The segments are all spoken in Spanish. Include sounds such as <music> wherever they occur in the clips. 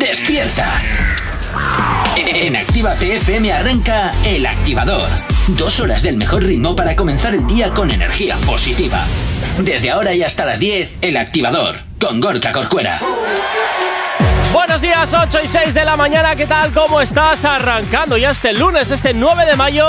Despierta. En Activa TFM arranca El Activador. Dos horas del mejor ritmo para comenzar el día con energía positiva. Desde ahora y hasta las 10, El Activador, con Gorka Corcuera. Buenos días, 8 y 6 de la mañana, ¿qué tal? ¿Cómo estás? Arrancando ya este lunes, este 9 de mayo.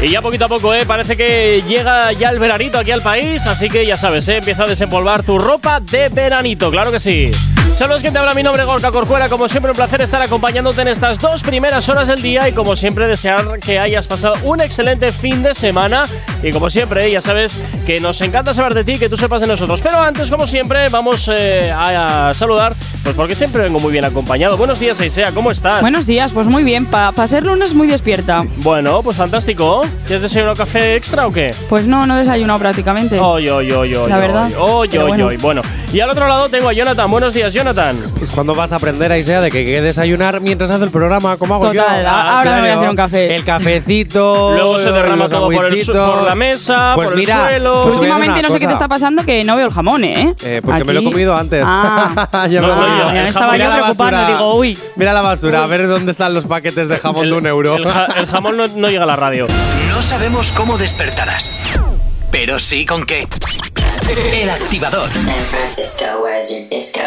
Y ya poquito a poco, ¿eh? parece que llega ya el veranito aquí al país, así que ya sabes, ¿eh? empieza a desempolvar tu ropa de veranito, claro que sí. Saludos, quien te habla, mi nombre es Gorka Corcuera, como siempre un placer estar acompañándote en estas dos primeras horas del día y como siempre desear que hayas pasado un excelente fin de semana y como siempre, ¿eh? ya sabes que nos encanta saber de ti, que tú sepas de nosotros, pero antes, como siempre, vamos eh, a, a saludar, pues porque siempre vengo muy bien acompañado. Buenos días, Aisea, ¿cómo estás? <laughs> Buenos días, pues muy bien, para ser lunes muy despierta. Bueno, pues fantástico. ¿Te has desayunado café extra o qué? Pues no, no he desayunado prácticamente. Oh, Oy, oy, oy, oy, La verdad, Oy, oy, pero bueno. oy. Bueno, y al otro lado tengo a Jonathan. Buenos días, Jonathan. Pues cuando vas a aprender, Aisea, de que hay que desayunar mientras hace el programa, como hago yo. Total, a- ahora me voy a hacer un café. El cafecito. Ah, Luego se derrama los todo por, el su- sandwichitos. por la mesa, Pues por mira, el suelo. pues voy a decir Últimamente una no sé qué te cosa. está pasando que no veo el jamón, ¿eh? Eh, porque me lo he Aquí. comido antes. Ah, <laughs> Ya me lo he Ah, comido. ya El me estaba jamón. yo Mira la preocupando, basura. digo, uy. Mira la basura, a ver dónde están los paquetes de jamón de un euro. el ja- el jamón no, no llega a la radio. No sabemos cómo despertarás, pero sí con qué. El Activador. San Francisco, where's your disco?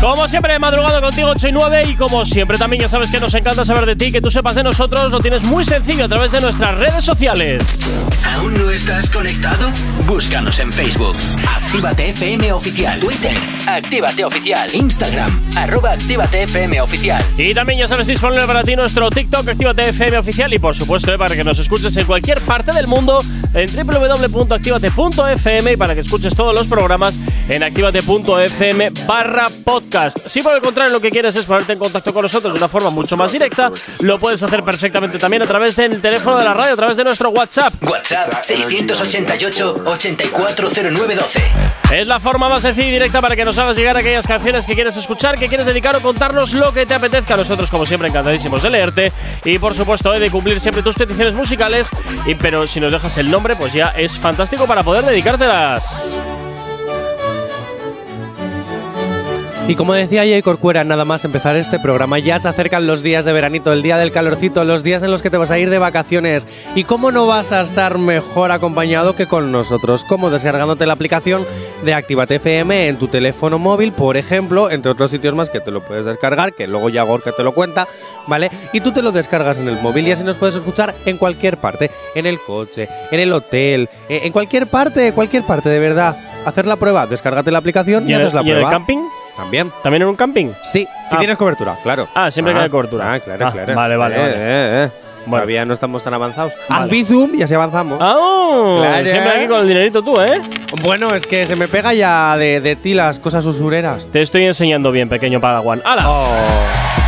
Como siempre, he madrugado contigo 8 y 9 y como siempre también ya sabes que nos encanta saber de ti, que tú sepas de nosotros, lo tienes muy sencillo a través de nuestras redes sociales. ¿Aún no estás conectado? Búscanos en Facebook. Actívate FM Oficial. Twitter. Actívate Oficial. Instagram. Arroba Actívate FM Oficial. Y también ya sabes disponible para ti nuestro TikTok, Actívate FM oficial y por supuesto eh, para que nos escuches en cualquier parte del mundo en www.activate.fm y para que escuches todos los programas en activate.fm barra podcast. Si por el contrario lo que quieres es ponerte en contacto con nosotros de una forma mucho más directa, lo puedes hacer perfectamente también a través del teléfono de la radio, a través de nuestro WhatsApp. WhatsApp 688 840912. Es la forma más sencilla y directa para que nos hagas llegar aquellas canciones que quieres escuchar, que quieres dedicar o contarnos lo que te apetezca. Nosotros, como siempre, encantadísimos de leerte y, por supuesto, eh, de cumplir siempre tus peticiones musicales. Y, pero si nos dejas el nombre, pues ya es fantástico para poder dedicártelas. Y como decía Jay Corcuera, nada más empezar este programa, ya se acercan los días de veranito, el día del calorcito, los días en los que te vas a ir de vacaciones. ¿Y cómo no vas a estar mejor acompañado que con nosotros? Como descargándote la aplicación de Actívate FM en tu teléfono móvil, por ejemplo, entre otros sitios más que te lo puedes descargar, que luego ya Gorka te lo cuenta, ¿vale? Y tú te lo descargas en el móvil y así nos puedes escuchar en cualquier parte, en el coche, en el hotel, eh, en cualquier parte, cualquier parte, de verdad. Hacer la prueba, descárgate la aplicación y, en el, haces la y en el prueba. camping? También. ¿También en un camping? Sí, si Ah. tienes cobertura, claro. Ah, siempre que hay cobertura. Ah, claro, Ah, claro. vale, vale, Eh, vale. eh, eh. Bueno. Todavía no estamos tan avanzados. Vale. Haz bizum y así avanzamos. ¡Ah! Claro. Siempre aquí con el dinerito tú, ¿eh? Bueno, es que se me pega ya de, de ti las cosas usureras. Te estoy enseñando bien, pequeño Padawan. ¡Hala!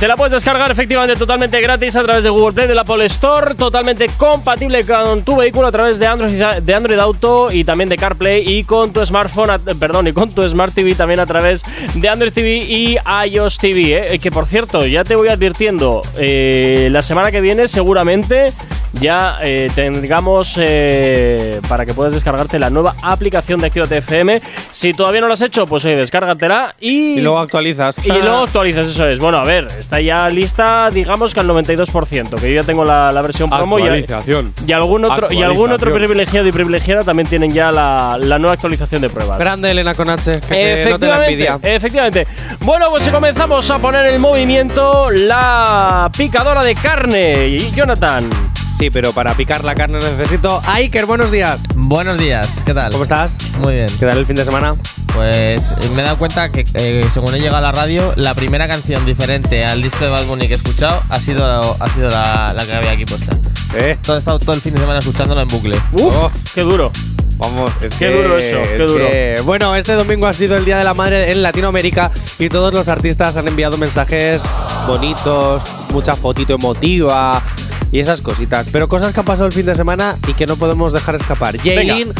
Te la puedes descargar efectivamente totalmente gratis a través de Google Play, de la Apple Store, totalmente compatible con tu vehículo a través de Android, de Android Auto y también de CarPlay y con tu smartphone, a- perdón, y con tu Smart TV también a través de Android TV y iOS TV. ¿eh? Que por cierto, ya te voy advirtiendo, eh, la semana que viene seguramente ya eh, tengamos eh, para que puedas descargarte la nueva aplicación de Actívate FM. Si todavía no lo has hecho, pues oye, descárgatela y, Y luego actualizas. y luego actualizas, eso es. Bueno, a ver, está ya lista, digamos que al 92%, que yo ya tengo la, la versión promo y, actualización. y algún otro y algún otro Actualización. privilegiado y privilegiada también tienen ya la, la nueva actualización de pruebas. Grande Elena Conache, que se- no te la Efectivamente, eh. envidia. efectivamente. Bueno, pues si comenzamos a poner en movimiento la picadora de carne. Y Jonathan, Sí, pero para picar la carne necesito. Iker, buenos días. Buenos días, ¿qué tal? ¿Cómo estás? Muy bien. ¿Qué tal el fin de semana? Pues eh, me he dado cuenta que eh, según he llegado a la radio, la primera canción diferente al disco de Bad Bunny que he escuchado ha sido, ha sido la, la que había aquí puesta. Eh. Todo, he estado todo el fin de semana escuchándola en bucle. ¡Uf! Oh. qué duro. Vamos, es Qué que- duro eso, qué es duro. que- bueno, este domingo ha sido el Día de la Madre en Latinoamérica y todos los artistas han enviado mensajes bonitos, mucha fotito emotiva y esas cositas. Pero cosas que han pasado el fin de semana y que no podemos dejar escapar. Jaylin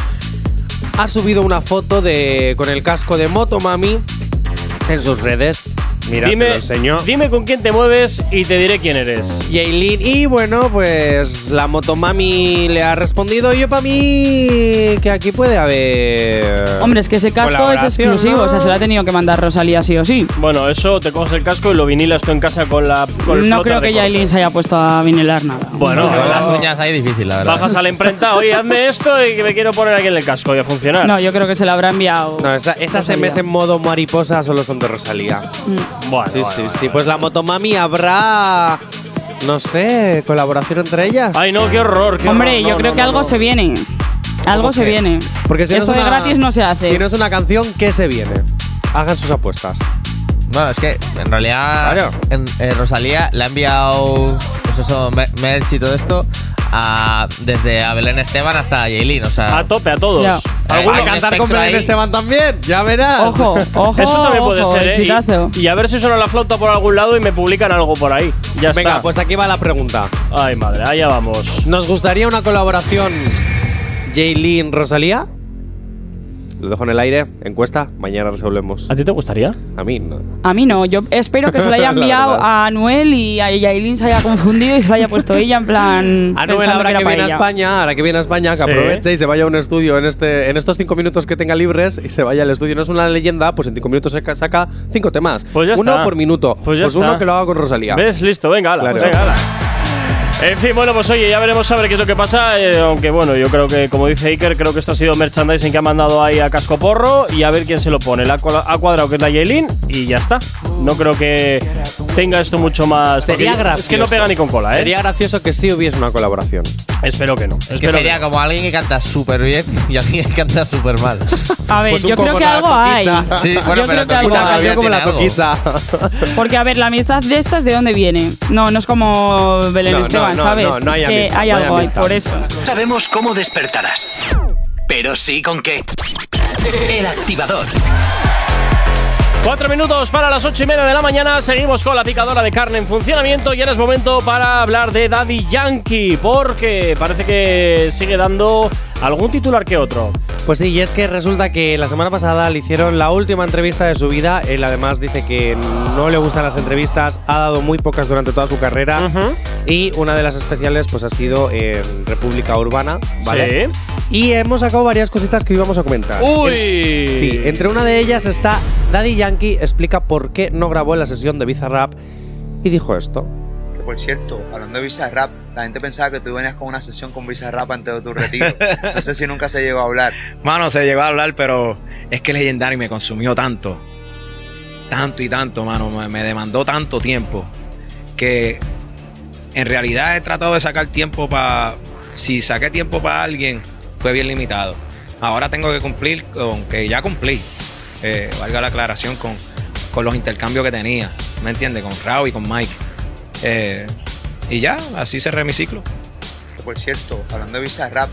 ha subido una foto de con el casco de Motomami en sus redes Mira, dime, te lo enseño. dime con quién te mueves y te diré quién eres. Yailin. Y bueno, pues la motomami le ha respondido. Yo para mí que aquí puede haber. Hombre, es que ese casco es Colaboración, exclusivo, ¿no? o sea, se lo ha tenido que mandar Rosalía sí o sí. Bueno, eso te coges el casco y lo vinilas tú en casa con la. Con el flota No creo de que corte. Yailin se haya puesto a vinilar nada. Bueno, Con las bajas- uñas ahí difícil, la verdad. bajas a la imprenta, oye, hazme esto y que me quiero poner aquí en el casco y a funcionar. No, yo creo que se la habrá enviado. No, esa- esas Rosalía. MS en modo mariposa solo son de Rosalía. Bueno, Sí, bueno, sí, bueno. sí. Pues la motomami habrá. No sé, colaboración entre ellas. Ay, no, qué horror. qué Hombre, horror. No, yo creo no, que no, algo no. se viene. Algo se que? viene. Porque si no Esto es de una- gratis no se hace. Si no es una canción, ¿qué se viene? Hagan sus apuestas. Bueno, es que en realidad Claro. en- eh, Rosalía le ha enviado pues eso, me- merch y todo esto a- desde a Belén Esteban hasta a Yailin, o sea, A tope, a todos. Ya. Alguno. ¿Va a Un cantar con espectro Belén ahí. Esteban también? Ya verás. <laughs> Ojo, ojo. Eso también puede ojo, ser, ¿eh? exitazo. Y, y a ver si suena la flauta por algún lado y me publican algo por ahí. Ya Venga, está. pues aquí va la pregunta. Ay, madre, allá vamos. ¿Nos gustaría una colaboración Jaylin-Rosalía? Lo dejo en el aire, encuesta, mañana resolvemos. ¿A ti te gustaría? A mí no. A mí no, yo espero que se lo haya La enviado verdad. a Anuel y a Yailin se haya confundido y se lo haya puesto ella en plan. <laughs> Anuel, pensando ahora que, era para viene a ella. España, ahora que viene a España, que Sí. aproveche y se vaya a un estudio en, este, en estos cinco minutos que tenga libres y se vaya al estudio. No es una leyenda, pues en cinco minutos saca, saca cinco temas. Pues ya uno está. por minuto. Pues ya está. uno que lo haga con Rosalía. ¿Ves? Listo, venga, ala, Claro. pues venga, ala. En fin, bueno, pues oye, ya veremos a ver qué es lo que pasa. eh, aunque bueno, yo creo que, como dice Iker, creo que esto ha sido merchandising que ha mandado ahí a Casco Porro y a ver quién se lo pone. La cua- ha cuadrado que es la Yailin y ya está. No creo que tenga esto mucho más. Sería porque Es que no gracioso. pega ni con cola, ¿eh? Sería gracioso que sí hubiese una colaboración. Pues Espero que no. que espero sería que no. como alguien que canta súper bien <laughs> y alguien que canta súper mal. A ver, Pues un yo creo poco que la algo hay. toquicha. Sí, bueno, yo pero creo que algo Una toquicha, Igual, hay. canción como tiene la algo. toquiza. Porque, a ver, la amistad de estas, ¿de dónde viene? No, no es como Belén No, no, Esteban, no, ¿sabes? no, no hay es que amistad, hay no hay algo ahí, amistad. por eso. Sabemos cómo despertarás. Pero sí con qué. El activador. Cuatro minutos para las ocho y media de la mañana. Seguimos con la picadora de carne en funcionamiento. Y ahora es momento para hablar de Daddy Yankee. Porque parece que sigue dando algún titular que otro. Pues sí, y es que resulta que la semana pasada le hicieron la última entrevista de su vida. Él además dice que no le gustan las entrevistas, ha dado muy pocas durante toda su carrera. Ujú. Y una de las especiales pues ha sido en República Urbana, ¿vale? Sí. Y hemos sacado varias cositas que íbamos a comentar. Uy. En- sí, entre una de ellas está Daddy Yankee explica por qué no grabó la sesión de Bizarrap y dijo esto. Que por cierto, hablando de Visa Rap, la gente pensaba que tú venías con una sesión con Visa Rap antes de tu <laughs> retiro. No sé si nunca se llegó a hablar. Mano, se llegó a hablar, pero es que Legendary me consumió tanto, tanto y tanto, mano, me, me demandó tanto tiempo, que en realidad he tratado de sacar tiempo para, si saqué tiempo para alguien, fue bien limitado. Ahora tengo que cumplir, con que ya cumplí, eh, valga la aclaración, con, con los intercambios que tenía, ¿me entiendes? Con Raúl y con Mike. Eh, y ya, así cerré mi ciclo. Que por cierto, hablando de Visa Rap,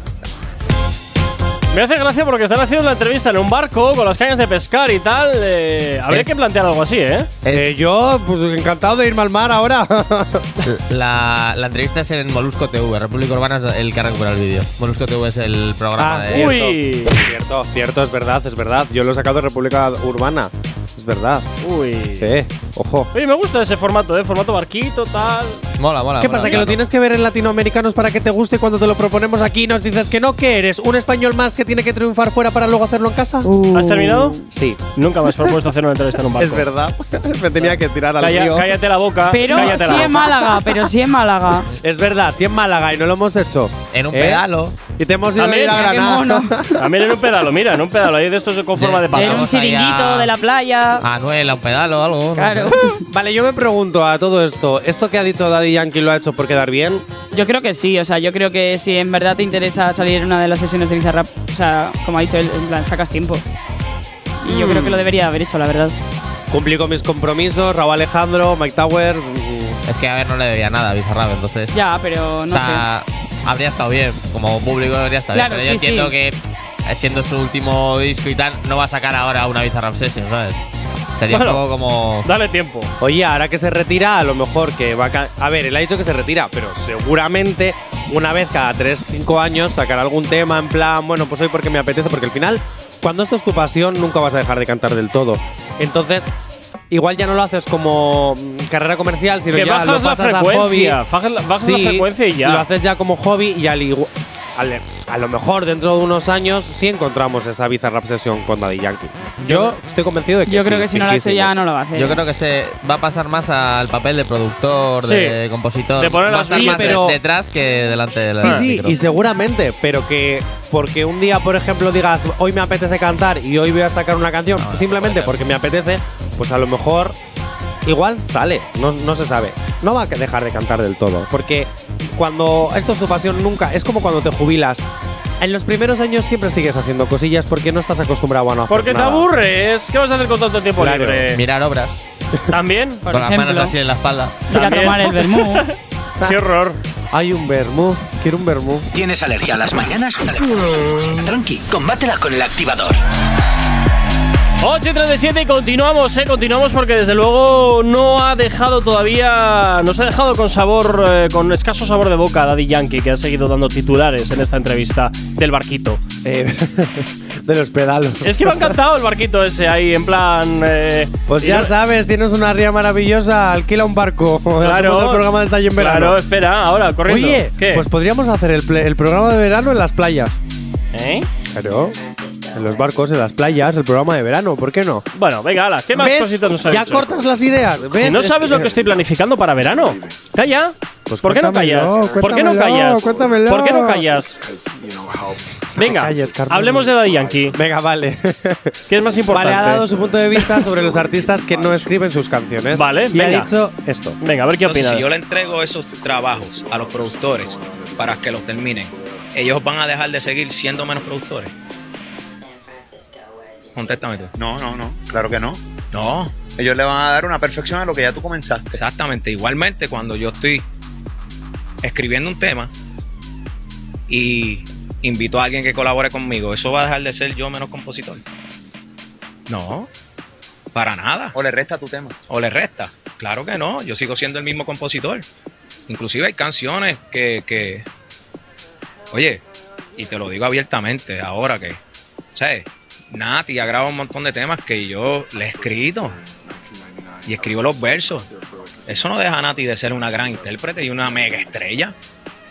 Me hace gracia porque están haciendo la entrevista en un barco con las cañas de pescar y tal. eh, habría Es- que plantear algo así, ¿eh? Eh, yo, pues encantado de irme al mar ahora. <laughs> La, la entrevista es en Molusco TV, República Urbana es el que ha recuperado el vídeo. Molusco TV es el programa Ah, de. cierto. Uy. Cierto, cierto, es verdad, es verdad. Yo lo he sacado de República Urbana. Es verdad. Uy. Sí, ojo. Oye, me gusta ese formato, ¿eh? Formato barquito, tal. Mola, mola. ¿Qué mola, pasa? ¿Que mola. lo tienes que ver en latinoamericanos para que te guste y cuando te lo proponemos aquí nos dices que no, que eres un español más que tiene que triunfar fuera para luego hacerlo en casa? ¿Has terminado? Uh. Sí, Nunca me has propuesto hacer una entrevista en un barco. <laughs> es verdad. Me tenía que tirar al Calla- río. cállate la boca. Pero cállate la sí boca. en Málaga, pero sí en Málaga. Es verdad, sí en Málaga y no lo hemos hecho. En un ¿Eh? pedalo. Y te hemos ido a Amén. ir a Mira, qué Granada. También en un pedalo, mira, en un pedalo. Ahí de estos con forma de Vamos Era palo. un allá. chiringuito de la playa. A Anuel, a un pedalo o algo. Claro. <laughs> Vale, yo me pregunto a todo esto, ¿esto que ha dicho Daddy Yankee lo ha hecho por quedar bien? Yo creo que sí, o sea, yo creo que si en verdad te interesa salir en una de las sesiones de Bizarrap, o sea, como ha dicho él, en plan, sacas tiempo. Y yo Mm. creo que lo debería haber hecho, la verdad. Cumplí con mis compromisos, Raúl Alejandro, Mike Tower. mm, Es que a ver, no le debía nada a Bizarrap, entonces. Ya, pero no o sea, habría estado bien, como público habría estado Claro, bien. Pero sí, yo entiendo sí. que eh, siendo su último disco y tal, no va a sacar ahora una Bizarrap Session, ¿sabes? Sería Bueno. un poco como. Dale tiempo. Oye, ahora que se retira, a lo mejor que va a... ca- A ver, él ha dicho que se retira, pero seguramente una vez cada 3, 5 años sacará algún tema en plan, bueno, pues hoy porque me apetece, porque al final, cuando esto es tu pasión, nunca vas a dejar de cantar del todo. Entonces, igual ya no lo haces como mm, carrera comercial, sino Que ya lo bajas la pasas a hobby. frecuencia. Bajas la, bajas la Sí, frecuencia y ya. Lo haces ya como hobby y al igual. al- a lo mejor dentro de unos años sí encontramos esa bizarra obsesión con Daddy Yankee. Yo estoy convencido de que Yo sí, creo que si no lo ha hecho fijísimo. ya no lo va a hacer. Yo creo que se va a pasar más al papel de productor, de Sí. compositor. De poner va a así, estar más de- pero- detrás que delante de la Sí, del sí, micro. y seguramente, pero que porque un día, por ejemplo, digas, hoy me apetece cantar y hoy voy a sacar una canción, simplemente porque me apetece, pues a lo mejor igual sale, no, no se sabe. No va a dejar de cantar del todo, porque cuando esto es tu pasión nunca, es como cuando te jubilas. En los primeros años siempre sigues haciendo cosillas porque no estás acostumbrado a no hacer Porque te nada. aburres. ¿Qué vas a hacer con tanto tiempo Claro. Pues libre? Mirar obras ¿También? Por con las ejemplo, manos así en la espalda. ir a También. tomar el vermú. Qué horror. Hay un vermú, quiero un vermú. ¿Tienes alergia a las mañanas? Tranqui, combátela con el activador. 8.37 y continuamos, eh, continuamos porque desde luego no ha dejado todavía, nos ha dejado con sabor, eh, con escaso sabor de boca Daddy Yankee, que ha seguido dando titulares en esta entrevista del barquito. Eh, <laughs> de los pedalos. Pues Es que me ha encantado el barquito ese ahí, en plan... eh, Pues ya y- sabes, tienes una ría maravillosa, alquila un barco. <laughs> Hacemos Claro, el programa de Estadio en verano. Claro, espera, ahora, corriendo. Oye, ¿qué? pues podríamos hacer el, ple- el programa de verano en las playas. ¿Eh? Claro. En los barcos, en las playas, el programa de verano, ¿por qué no? Bueno, venga, ala, ¿qué más ¿Ves? cositas nos ha Ya dicho? cortas las ideas. Si ¿ves? no Es sabes lo que estoy planificando para verano, calla. Pues ¿Por qué no callas? cuéntamelo, ¿Por qué no cuéntamelo, callas? cuéntamelo. ¿Por qué no callas? Venga, calles, Carmen. hablemos de Daddy Yankee. <laughs> Venga, <laughs> vale. ¿Qué es más importante? Vale, ha dado su punto de vista sobre los artistas que no escriben sus canciones. Vale, y venga. ha dicho esto. Venga, a ver qué Entonces, opinas. si yo le entrego esos trabajos a los productores para que los terminen, ¿ellos van a dejar de seguir siendo menos productores? Contéstame tú. No, no, no. Claro que no. No, Ellos le van a dar una perfección a lo que ya tú comenzaste. exactamente. Igualmente, cuando yo estoy escribiendo un tema y invito a alguien que colabore conmigo, ¿eso va a dejar de ser yo menos compositor? No, para nada. O le resta tu tema. o le resta. Claro que no, yo sigo siendo el mismo compositor. Inclusive hay canciones que, que- Oye, y te lo digo abiertamente ahora que... ¿Sabes? Nati ha grabado un montón de temas que yo le he escrito. Y escribo los versos. Eso no deja a Nati de ser una gran intérprete y una mega estrella.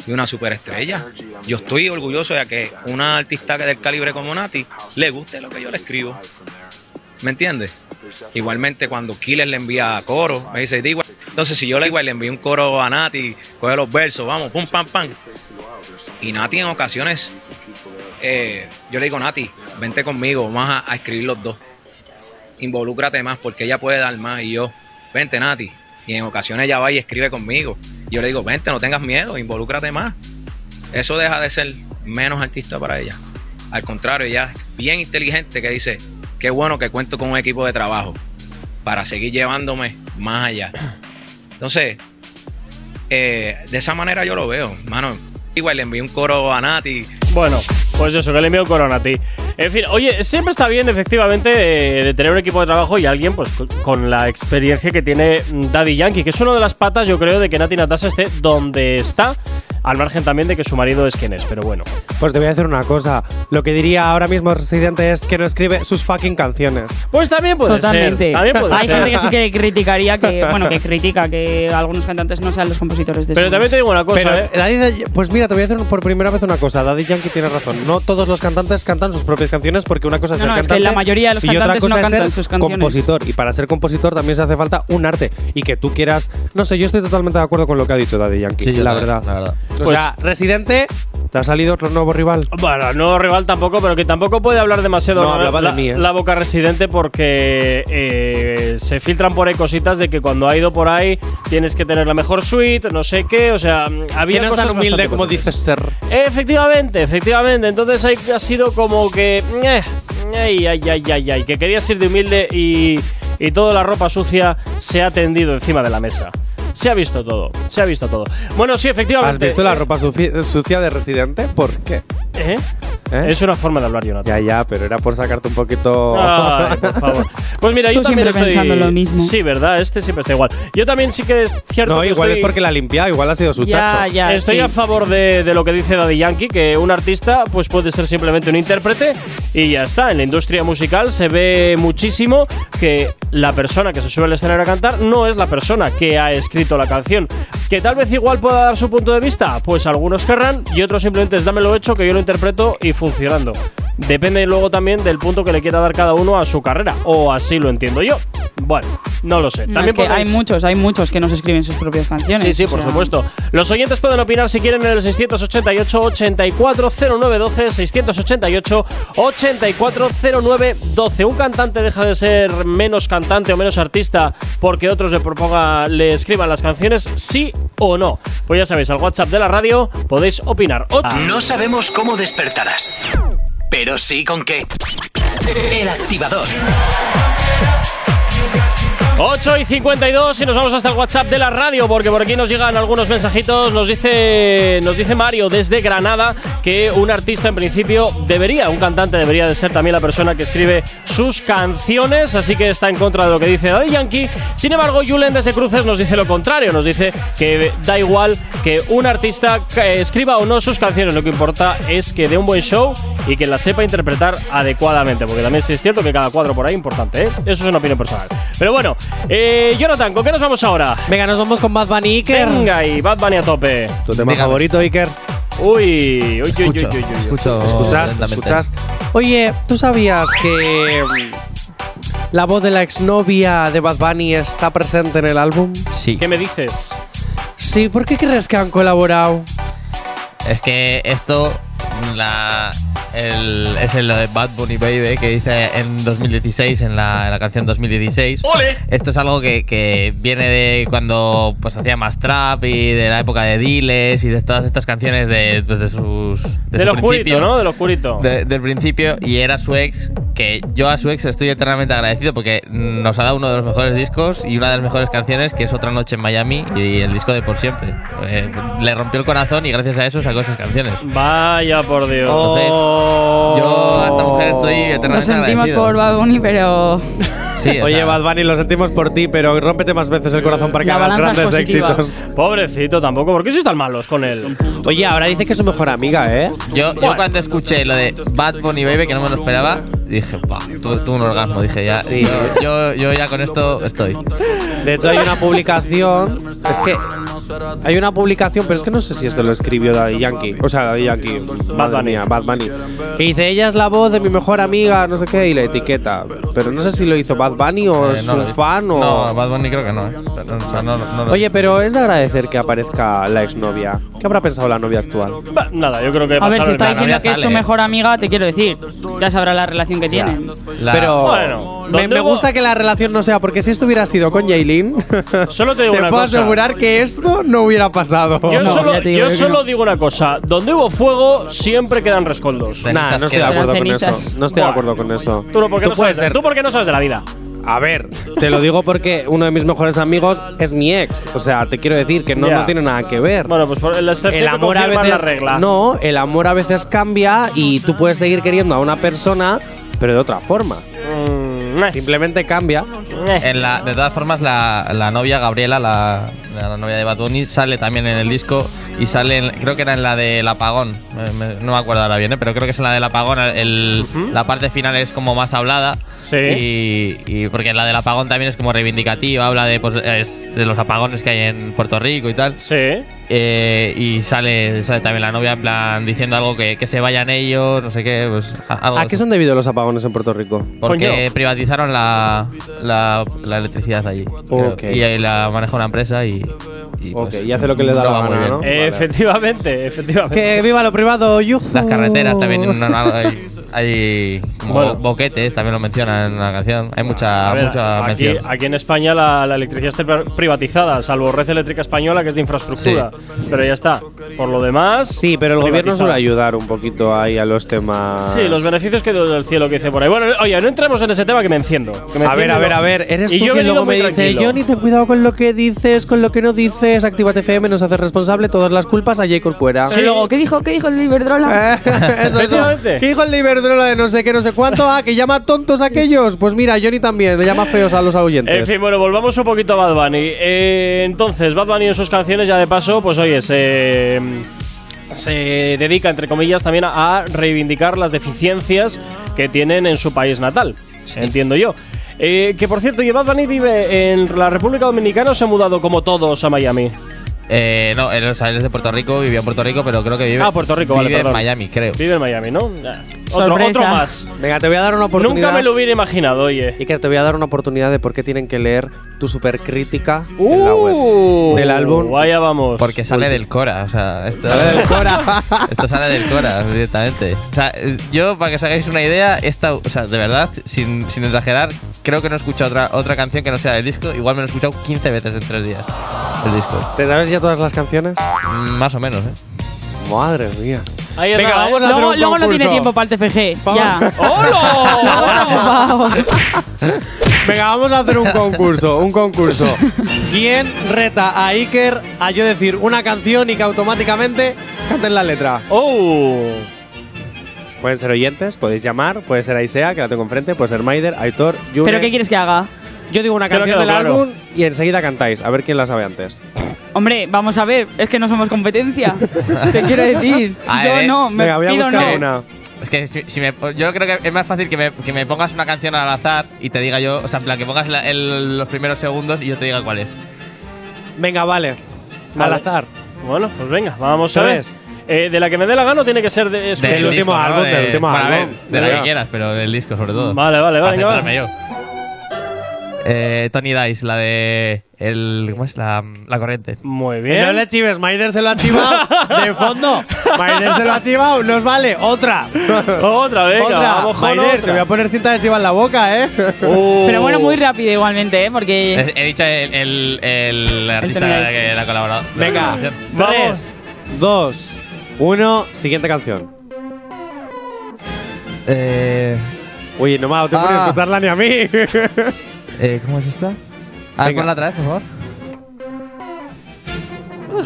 Y una superestrella. Yo estoy orgulloso de que una artista del calibre como Nati le guste lo que yo le escribo. ¿Me entiendes? Igualmente cuando Killer le envía coro, me dice, "Di, güey". entonces si yo le igual le envío un coro a Nati, coge los versos, vamos, pum, pam, pam. Y Nati en ocasiones, eh, yo le digo, Nati, vente conmigo, vamos a, a escribir los dos. Involúcrate más porque ella puede dar más y yo, vente Nati. Y en ocasiones ella va y escribe conmigo. Yo le digo, vente, no tengas miedo, involúcrate más. Eso deja de ser menos artista para ella. Al contrario, ella es bien inteligente que dice, qué bueno que cuento con un equipo de trabajo para seguir llevándome más allá. <clears throat> Entonces, eh, de esa manera yo lo veo, mano. Igual le envié un coro a Nati. Bueno, pues eso, que le envío corona a ti. En fin, oye, siempre está bien, efectivamente, eh, de tener un equipo de trabajo y alguien pues co- con la experiencia que tiene Daddy Yankee, que es una de las patas, yo creo, de que Nati Natasa esté donde está, al margen también de que su marido es quien es, pero bueno. Pues te voy a decir una cosa. Lo que diría ahora mismo Residente es que no escribe sus fucking canciones. Pues también <laughs> puede Totalmente. ser. También puede Hay ser. gente que sí que criticaría <laughs> que, bueno, que critica que algunos cantantes no sean los compositores de Pero sus- también te digo una cosa, Pero, ¿eh? Daddy- pues mira, te voy a hacer por primera vez una cosa. Daddy Yankee tiene razón. No todos los cantantes cantan sus propias canciones porque una cosa es No, ser no, es que cantante la mayoría de los y otra cantantes cosa no es cantan ser sus canciones. compositor. Y para ser compositor también se hace falta un arte. Y que tú quieras… No sé, yo estoy totalmente de acuerdo con lo que ha dicho Daddy Yankee, Sí, yo la, también, verdad. la verdad. O Pues- sea, Residente, te ha salido otro nuevo rival. Bueno, no rival tampoco, pero que tampoco puede hablar demasiado No, la- hablaba de la, mí, ¿eh? la boca residente porque eh, se filtran por ahí cositas de que cuando ha ido por ahí tienes que tener la mejor suite, no sé qué, o sea, mm, había Que no es cosas tan humilde bastante como potentes. dices ser. Efectivamente, efectivamente. Entonces ahí ha sido como que. eh, ay, ay, ay, ay, ay, que querías ir de humilde y, y toda la ropa sucia se ha tendido encima de la mesa. Se ha visto todo, se ha visto todo. Bueno, sí, efectivamente. ¿Has visto la Eh, ropa suci- sucia de Residente? ¿Por qué? ¿eh? ¿Eh? Es una forma de hablar, Jonathan. Ya, ya, pero era por sacarte un poquito. Ay, por favor. Pues mira, Tú yo también siempre estoy pensando lo mismo. Sí, verdad, este siempre está igual. Yo también sí que es cierto no, que igual estoy- es porque la ha limpiado, igual ha sido su Ya, chacho. ya. Estoy sí. a favor de, de lo que dice Daddy Yankee, que un artista pues puede ser simplemente un intérprete y ya está. En la industria musical se ve muchísimo que la persona que se sube al escenario a cantar no es la persona que ha escrito la canción. Que tal vez igual pueda dar su punto de vista, pues algunos querrán y otros simplemente es dámelo hecho que yo lo interpreto y funcionando. Depende luego también del punto que le quiera dar cada uno a su carrera, o así lo entiendo yo. Bueno, no lo sé. No, también es que podéis- hay muchos, hay muchos que nos escriben sus propias canciones. Sí, sí, o por sea, supuesto. Los oyentes pueden opinar si quieren en el 688-840912, 688-840912. Un cantante deja de ser menos cantante o menos artista porque otros le proponga, le escriban las canciones, sí o no. Pues ya sabéis, al WhatsApp de la radio podéis opinar. O- No sabemos cómo despertarás, pero sí con qué. El activador. 8 y 52 y nos vamos hasta el WhatsApp de la radio porque por aquí nos llegan algunos mensajitos. Nos dice, nos dice Mario desde Granada que un artista en principio debería, un cantante debería de ser también la persona que escribe sus canciones, así que está en contra de lo que dice Daddy Yankee. Sin embargo, Julen desde Cruces nos dice lo contrario, nos dice que da igual que un artista eh, escriba o no sus canciones, lo que importa es que dé un buen show y que la sepa interpretar adecuadamente, porque también sí es cierto que cada cuadro por ahí es importante, ¿eh? eso es una opinión personal. Pero bueno, eh, Jonathan, ¿con qué nos vamos ahora? Venga, nos vamos con Bad Bunny Iker. Venga y Bad Bunny a tope. Tu tema Dígame. Oh, favorito, Iker. Uy, uy, uy, uy, uy, Escucho, uy, uy. escucho ¿Escuchas? lentamente. ¿Escuchas? Oye, ¿tú sabías que mm, la voz de la exnovia de Bad Bunny está presente en el álbum? Sí. ¿Qué me dices? Sí, ¿por qué crees que han colaborado? Es que esto la, el- es el lo de Bad Bunny Baby que dice en 2016, en la, en la canción 2016. Esto es algo que, que viene de cuando pues hacía más trap y de la época de Diles y de todas estas canciones de, pues, de sus. De, Del su oscurito, principio. ¿no? Del oscurito. De- del principio y era su ex, que yo a su ex estoy eternamente agradecido porque nos ha dado uno de los mejores discos y una de las mejores canciones que es Otra Noche en Miami y el disco de Por Siempre. Eh, le rompió el corazón y gracias a eso sacó esas canciones. Vaya por Dios. Oh. Entonces, yo a esta mujer estoy Nos eternamente sentimos agradecido. por Bad Bunny, pero Sí, o Oye, sea, Bad Bunny, lo sentimos por ti, pero rómpete más veces el corazón para que La hagas balanza es grandes positiva. éxitos. Pobrecito tampoco, ¿por qué sois tan malos con él? Oye, ahora dice que es su mejor amiga, ¿eh? Yo, yo cuando escuché lo de Bad Bunny Baby, que no me lo esperaba, dije, "Buah, tú, tú un orgasmo. Dije, ya, Sí. yo, yo, yo ya con esto estoy. De hecho, hay una publicación. Es que. Hay una publicación, pero es que no sé si esto lo escribió Daddy Yankee. O sea, Daddy Yankee. Bad Bunny. Bad Bunny. Que dice, ella es la voz de mi mejor amiga, no sé qué, y la etiqueta. Pero no sé si lo hizo Bad Bunny o Eh, es no lo un vi. fan o. No, Bad Bunny creo que no. eh. O sea, no- no lo- Oye, pero es de agradecer que aparezca la exnovia. ¿Qué habrá pensado la novia actual? Bah, Nada, yo creo que a ver si pasaron está el verano. diciendo ya que es su sale. mejor amiga, te quiero decir, ya sabrá la relación que tienen. La- Pero Bueno, me, ¿dónde me hubo- gusta que la relación no sea, porque si esto hubiera sido con Jaylin, Solo te digo una puedo cosa. asegurar que esto no hubiera pasado. Yo No, solo, ya te digo yo yo que solo no. digo una cosa: donde hubo fuego, siempre quedan rescoldos. Nah, Nah, no estoy de Cenizas acuerdo con quedan. eso. No estoy de Buah. acuerdo con eso. Tú, no, porque no sabes puedes de- ser. tú porque no sabes de la vida. A ver, te lo digo porque uno de mis mejores amigos es mi ex. O sea, te quiero decir que no, Ya. no tiene nada que ver. Bueno, pues por el excepción que el amor a confirma veces la regla. no, el amor a veces cambia y tú puedes seguir queriendo a una persona, pero de otra forma. Mm, eh, Simplemente cambia. eh. En la- de todas formas, la, la novia Gabriela, la, la novia de Bad Bunny, sale también en el disco y sale, en- creo que era en la del apagón, eh, me- no me acuerdo ahora bien, eh, pero creo que es en la del apagón, el- la parte final es como más hablada. Sí. Y, y porque la del apagón también es como reivindicativa, habla de, pues, es de los apagones que hay en Puerto Rico y tal. Sí. Eh, y sale, sale también la novia en plan diciendo algo que, que se vayan ellos, no sé qué, pues a- algo ¿A qué son debidos los apagones en Puerto Rico? porque Coño. privatizaron la, la, la electricidad allí. creo. Ok. Y ahí la maneja una empresa y. Y, pues Ok, y hace lo que le da la va muy gana, bien. ¿no? Eh, Efectivamente, efectivamente. Que viva lo privado, yujú. Las carreteras también. Oh. no- no- hay, <laughs> hay como Bueno. boquetes, también lo mencionan en la canción. Hay mucha, A ver, Ah, mucha aquí, mención. aquí en España la, la electricidad está privatizada, salvo Red Eléctrica Española, que es de infraestructura. Sí. pero ya está. Por lo demás. Sí, pero el gobierno privatizado. suele ayudar un poquito ahí a los temas. Sí, los beneficios que del cielo que dice por ahí. Bueno, oye, no entremos en ese tema que me enciendo. que me A ver, enciendo y a ver, no- a ver. Eres Y tú yo he quien venido luego me muy dice, tranquilo. Johnny, ten cuidado con lo que dices, con lo que no dices. Actívate FM, nos haces responsable. Todas las culpas a J. Corcuera. Sí. Y luego, ¿qué dijo? ¿Qué dijo el de Iberdrola? <laughs> Eh, eso, eso. Efectivamente. ¿Qué dijo el de Iberdrola de no sé qué, no sé cuánto? Ah, que llama tontos a aquellos. Pues mira, Johnny también, le llama feos a los oyentes. En fin, bueno, volvamos un poquito a Bad Bunny. Eh, entonces, Bad Bunny en sus canciones, ya de paso, pues oye, se, se dedica, entre comillas, también a reivindicar las deficiencias que tienen en su país natal. Entiendo yo. Eh, que por cierto, y Bad Bunny vive en la República Dominicana o se ha mudado como todos a Miami. Eh, no, él, o sea, él es de Puerto Rico, vivió en Puerto Rico, pero creo que vive, Ah, Puerto Rico, vale, vive en perdón. Miami, creo. Vive en Miami, ¿no? Ah, Otro, Sorpresa. otro más. Venga, te voy a dar una oportunidad. Nunca me lo hubiera imaginado, oye. Y que te voy a dar una oportunidad de por qué tienen que leer tu supercrítica en la web. Uh, Del álbum. Vaya vamos. Porque sale del Cora, o sea, esto, <laughs> esto sale del Cora directamente. O sea, eh, yo, para que os hagáis una idea, esta, o sea, de verdad, sin, sin exagerar, creo que no he escuchado otra, otra canción que no sea del disco. Igual me lo he escuchado 15 veces en tres días, el disco. ¿Te sabes ya todas las canciones? Mm, Más o menos, ¿eh? Madre mía. Ahí es Venga, nada, ¿eh? vamos a hacer Luego, un luego no tiene concurso. tiempo para el TFG. <laughs> Ya. <laughs> ¡Hola! Venga, vamos a hacer un concurso, un concurso. ¿Quién reta a Iker a yo decir una canción y que automáticamente canten la letra? ¡Oh! Pueden ser oyentes, podéis llamar, puede ser Aisea, que la tengo enfrente, puede ser Maider, Aitor, June. ¿Pero qué quieres que haga? Yo digo una Es que no canción del quedó claro. álbum y enseguida cantáis, a ver quién la sabe antes. Hombre, vamos a ver, es que no somos competencia. Te quiero decir. A Yo ver, no, me Venga, voy a pido buscar no. una. Es que si, si me, yo creo que es más fácil que me, que me pongas una canción al azar y te diga yo, o sea, en plan, que pongas la- el- los primeros segundos y yo te diga cuál es. Venga, vale. Al Vale. azar. Bueno, pues venga, vamos a ¿Qué ver. es? Eh, de la que me dé la gana o tiene que ser de Del exclusiva? último álbum, del último bueno, a ver, álbum. de la Venga. que quieras, pero del disco sobre todo. Vale, vale, Para vale. venga, centrarme va. yo. Eh, Tony Dice, la de. El, ¿Cómo es? La, la corriente. Muy No bien. le chives, Maider se lo ha chivado de fondo. Maider se lo ha chivado, nos vale. Otra. Otra, venga, otra. vamos con Maider, te otra. voy a poner cinta adhesiva en la boca, ¿eh? Oh. Pero bueno, Uh. muy rápido igualmente, ¿eh? Porque. He, he dicho el, el, el artista Tony Dice. que la ha colaborado. Venga, Vamos. tres, dos, uno. Siguiente canción. Eh, Oye, no me ha dado tiempo ni a Ah. escucharla ni a mí. <laughs> eh, ¿Cómo es esta? Ah, Venga. ponla otra vez, por favor.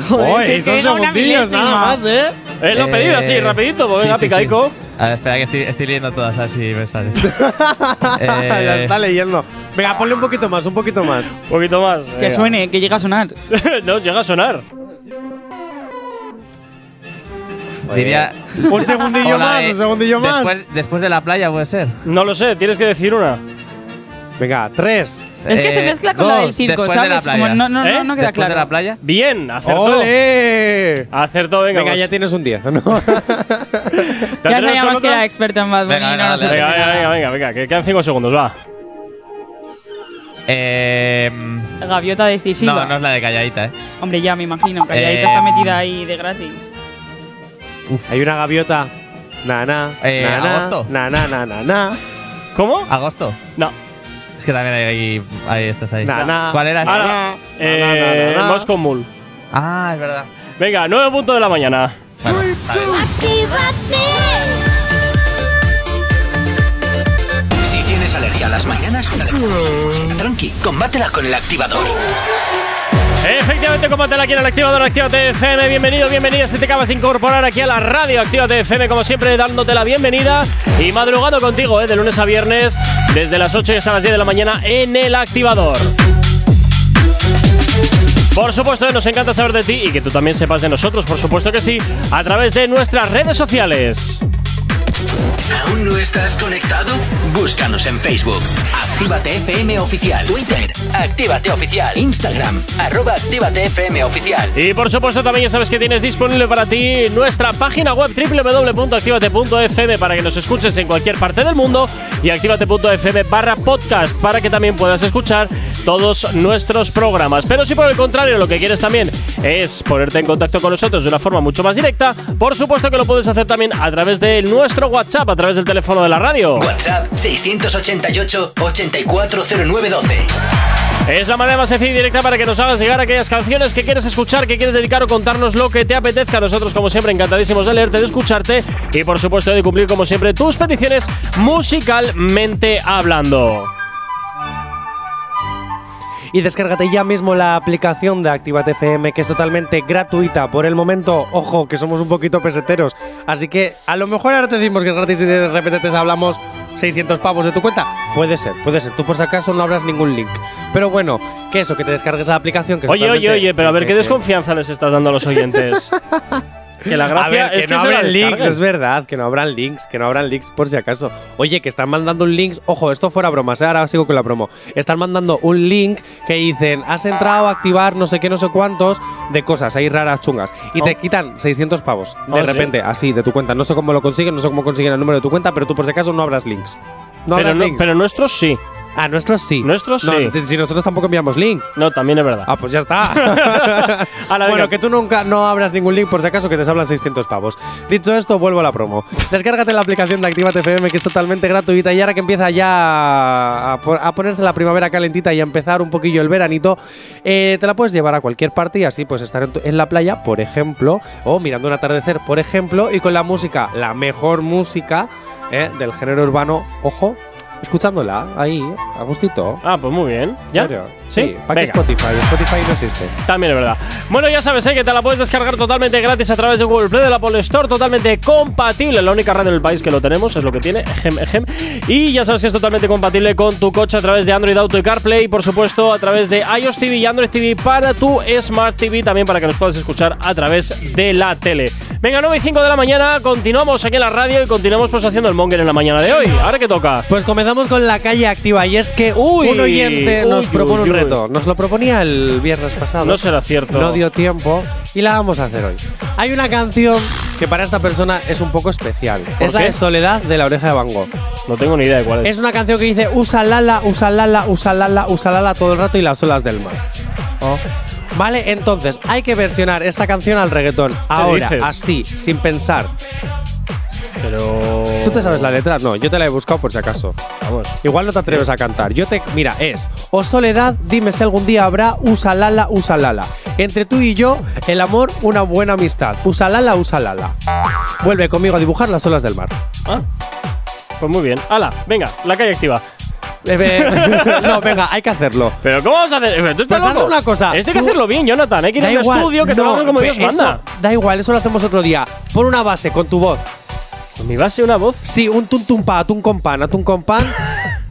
<laughs> Joder, Oye, se son queda una segundillos nada milésima. más, ¿eh? Eh, lo he pedido así, Eh, rapidito, pues sí, venga, sí, picaico. sí. A ver, espera, que estoy, estoy leyendo todas, a ver si me sale. Ah, La está eh, leyendo. Venga, ponle un poquito más, un poquito más. Un poquito más. Que venga. suene, que llega a sonar. <laughs> no, llega a sonar. Eh, diría. Un segundillo o la más, de- un segundillo más. eh. Después, después de la playa puede ser. No lo sé, tienes que decir una. Venga, tres. es que se Eh, mezcla con la del dos, circo, después de la ¿sabes? Como playa. no, no, ¿Eh? no, no queda Después claro. de la playa. Bien, acertó. ¡Ole! Acertó, venga. Venga, pues. ya tienes un 10. <laughs> ¿Te Ya atreves con sabíamos que otra? era experto en Bad Bunny. Venga, no venga, nos dale, Venga, venga, venga, sorprende nada. venga, venga, que quedan cinco segundos, va. Eh, Gaviota decisiva. No, no es la de calladita, eh. Hombre, ya me imagino. Calladita Eh, está metida ahí de gratis. Hay una gaviota. Na, na, Eh, na, na, agosto. na, na, na, na, na. Ah. ¿Cómo? Agosto. No. Es que también hay, hay, hay estas ahí. Na, na. ¿Cuál era? Ahora, eh, na, na, na. Moscow Mule. Ah, es verdad. Venga, nueve puntos de la mañana. Bueno, vale. Si tienes alergia a las mañanas, tranqui, combátela con el activador. Efectivamente, combátela aquí en el activador Actívate FM. Bienvenido, bienvenida. Si te acabas de incorporar aquí a la radio Actívate FM, como siempre, dándote la bienvenida y madrugando contigo, ¿eh? de lunes a viernes, desde las 8 y hasta las 10 de la mañana en el activador. Por supuesto, ¿eh? nos encanta saber de ti y que tú también sepas de nosotros, por supuesto que sí, a través de nuestras redes sociales. ¿Aún no estás conectado? Búscanos en Facebook. Actívate FM Oficial. Twitter. Actívate Oficial. Instagram. Arroba Actívate FM Oficial. Y por supuesto también ya sabes que tienes disponible para ti nuestra página web www.activate.fm para que nos escuches en cualquier parte del mundo y activate.fm barra podcast para que también puedas escuchar todos nuestros programas. Pero si por el contrario lo que quieres también es ponerte en contacto con nosotros de una forma mucho más directa, por supuesto que lo puedes hacer también a través de nuestro WhatsApp, a través del teléfono de la radio. WhatsApp 688 840912. Es la manera más sencilla y directa para que nos hagas llegar aquellas canciones que quieres escuchar, que quieres dedicar o contarnos lo que te apetezca. Nosotros, como siempre, encantadísimos de leerte, de escucharte y, por supuesto, de cumplir, como siempre, tus peticiones musicalmente hablando. Y descárgate ya mismo la aplicación de Actívate FM, que es totalmente gratuita por el momento. Ojo, que somos un poquito peseteros. Así que a lo mejor ahora te decimos que es gratis y de repente te hablamos 600 pavos de tu cuenta. Puede ser, puede ser. Tú por si acaso no habrás ningún link. Pero bueno, que eso, que te descargues la aplicación. Que es Oye, oye, totalmente- oye, pero a ver que- qué que- desconfianza les estás dando a los <laughs> oyentes. que la gracia A ver, que es que no se la habrán links, descarguen. es verdad, que no habrán links, que no habrán links por si acaso. Oye, que están mandando un link, ojo, esto fuera broma, ¿eh? ahora sigo con la promo. Están mandando un link que dicen, has entrado a activar no sé qué, no sé cuántos de cosas ahí raras, chungas. Y te quitan 600 pavos, de Oh, sí. repente, así, de tu cuenta. No sé cómo lo consiguen, no sé cómo consiguen el número de tu cuenta, pero tú por si acaso no habrás links. pero, No habrás no- links. pero nuestros sí. a nuestros sí. Nuestros No, sí. Si nosotros tampoco enviamos link. No, también es verdad. Ah, pues <laughs> ya está. Ala, venga. bueno, que tú nunca no abras ningún link por si acaso que te hablan 600 pavos. Dicho esto, vuelvo a la promo. Descárgate la aplicación de Actívate FM que es totalmente gratuita y ahora que empieza ya a, po- a ponerse la primavera calentita y a empezar un poquillo el veranito, eh, te la puedes llevar a cualquier parte y así pues estar en, tu- en la playa, por ejemplo, o mirando un atardecer, por ejemplo, y con la música, la mejor música eh, del género urbano, ojo, escuchándola ahí, a gustito. Ah, pues muy bien. ¿Ya? Claro. Sí, Sí, para que Venga. Spotify, Spotify no existe. También es verdad. Bueno, ya sabes ¿eh? que te la puedes descargar totalmente gratis a través de Google Play, de la Apple Store, totalmente compatible. La única radio en el país que lo tenemos, es lo que tiene. Ejem, ejem. Y ya sabes que es totalmente compatible con tu coche a través de Android Auto y CarPlay, y por supuesto a través de iOS TV y Android TV para tu Smart TV, también para que nos puedas escuchar a través de la tele. Venga, 9 y 5 de la mañana, continuamos aquí en la radio y continuamos pues haciendo el monger en la mañana de hoy. Ahora que toca. Pues comenzamos con la calle activa y es que Uy, un oyente nos uy, propone uy, uy. un reto. Nos lo proponía el viernes pasado. No será cierto. No dio tiempo y la vamos a hacer hoy. Hay una canción que para esta persona es un poco especial. ¿Por Es la qué? de Soledad de la Oreja de Van Gogh. No tengo ni idea de cuál es. Es una canción que dice usa lala, usa lala, usa lala, usa lala todo el rato y las olas del mar. Oh. Vale, entonces hay que versionar esta canción al reggaetón. Ahora, dices? así, sin pensar. Pero. ¿Tú te sabes la letra? No, yo te la he buscado por si acaso. Vamos. Igual no te atreves a cantar. Yo te. Mira, es. O soledad, dime si algún día habrá. Usa lala, usa lala. Entre tú y yo, el amor, una buena amistad. Usa lala, usa lala. Vuelve conmigo a dibujar las olas del mar. Ah. Pues muy bien. Hala, venga, la calle activa. Eh, eh, <laughs> no, venga, hay que hacerlo. Pero ¿cómo vamos a hacer? Eh, ¿Tú estás Pues hazme loco? una cosa, Esto hay que tú- hacerlo bien, Jonathan. Hay que ir a un estudio que te lo hagan como pe- Dios manda. eso- da igual, eso lo hacemos otro día. Pon una base con tu voz. Con mi base una voz. Sí, un tuntumpa, atún con pan, atún con pan.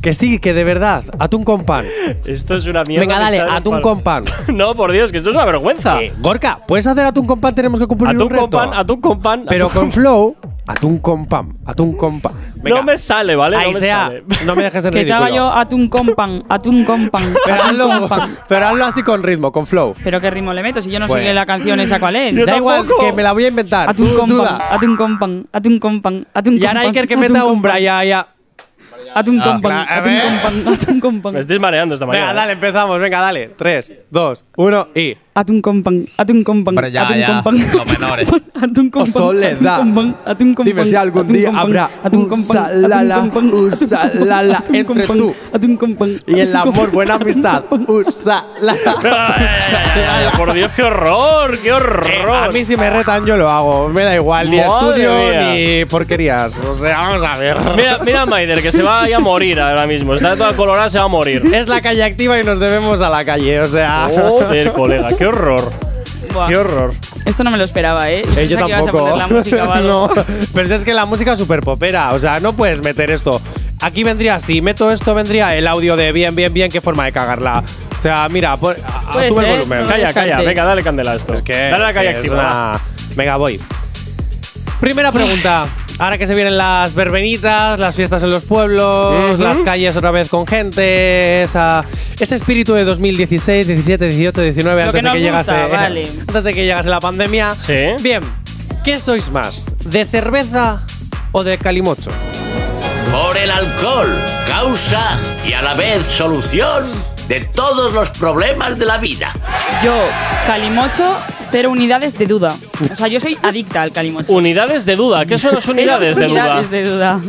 que sí, que de verdad, atún con pan. Esto es una mierda. Venga, que dale, echar un atún palo. con pan. <laughs> No, por Dios, que esto es una vergüenza. Eh, Gorka, ¿puedes hacer atún con pan? Tenemos que cumplir Ah. atún un reto. con pan, atún con pan. Pero atún con flow, atún con pan, atún con pan. Venga. No me sale, ¿vale? Ahí no me sea, sale. no me <laughs> dejes en Que te haga ridículo. yo atún con pan, atún con pan, pero, atún hazlo, con pan. pero hazlo así con ritmo, con flow. Pero qué ritmo le meto si yo no Bueno. sé qué la canción esa cuál es. Yo da igual, tampoco. que me la voy a inventar. Atún Tú con pan, duda. atún con pan, atún con pan, atún con pan. Y ahora Iker que meta atún con un pan, Brian. Ya. Atún Ah, con pan, claro, a atún ver. con pan, atún con pan. Me estáis mareando esta mañana. Venga, dale, empezamos. Venga, dale. Tres, dos, uno y. Atún con pan, atún con pan, Pero ya, atún ya, con pan. los menores. <laughs> Atún con O pan, soledad. atún con pan, atún con Dime pan, si algún atún día con pan, habrá atún un con pan, atún salala, con pan, <laughs> un atún con pan, salala atún con entre pan, tú atún con pan, Y el atún con amor, pan, buena atún con amistad. pan. Usa <laughs> la. Ay, ay, ay, ay, ay, por Dios, qué horror, qué horror. Eh, A mí si me retan yo lo hago, me da igual, ni Madre estudio mía. ni porquerías. O sea, vamos a ver. Mira, mira a Maider, que se va ahí a morir ahora mismo. Está toda colorada, se va a morir. Es la calle activa y nos debemos a la calle, o Oh. <laughs> sea. <laughs> eh, Joder, colega, qué horror. Buah, Qué horror. Esto no me lo esperaba, ¿eh? Eh, yo Pensaba que ibas a tampoco. poner la música o <laughs> algo. no, pero es que la música es súper popera, o sea, no puedes meter esto. Aquí vendría, si meto esto, vendría el audio de bien, bien, bien, qué forma de cagarla. O sea, mira, por- a- a- Puede sube el ser, volumen. no Calla, calla, descanses. venga, dale candela a esto. Es que dale la calle es activa. va. una- Venga, voy. Primera pregunta. Ahora que se vienen las verbenitas, las fiestas en los pueblos, Ujú. las calles otra vez con gente, esa- ese espíritu de 2016, 17, 18, 19, Lo antes que de nos que llegase, gusta, <laughs> vale. antes de que llegase la pandemia. Sí. Bien, ¿qué sois más? ¿De cerveza o de calimocho? Por el alcohol, causa y a la vez solución de todos los problemas de la vida. Yo, Calimocho, cero unidades de duda. O sea, yo soy adicta al Calimocho. Unidades de duda. ¿Qué <laughs> son las unidades de duda? Unidades de duda.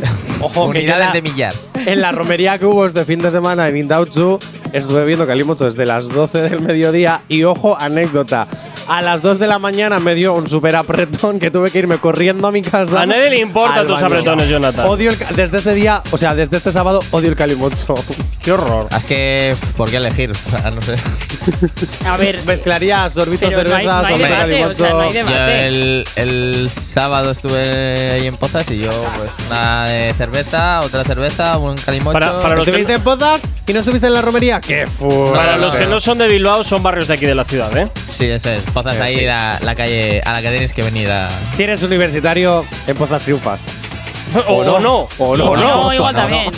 Ojo, que yo Unidades la- de millar. en la romería que hubo este fin de semana en Indautsu estuve viendo Calimocho desde las 12 del mediodía y ojo, anécdota. A las 2 de la mañana me dio un super apretón que tuve que irme corriendo a mi casa. A nadie le importan al tus baño. apretones, Jonathan. Odio el ca- desde este día, o sea, desde este sábado odio el calimocho. Qué horror. Es que, ¿por qué elegir? <laughs> O sea, no sé. A ver, Mezclarías sorbitos, Pero no hay- cervezas, no hay hombre, debate, calimocho. o sea, no hay debate. Yo el, el sábado estuve ahí en Pozas y yo, pues, una de cerveza, otra cerveza, un calimocho. Para- para los- ¿Estuviste en pozas y no estuviste en la romería? ¡Qué fuerte! Para no, los que no. no son de Bilbao, son barrios de aquí de la ciudad, ¿eh? Sí, eso es. Pozas Eh, ahí, sí. la, la calle a la que tenéis que venir a. Si eres universitario, en pozas triunfas. O, no, no. o no, O no, no. igual no, también.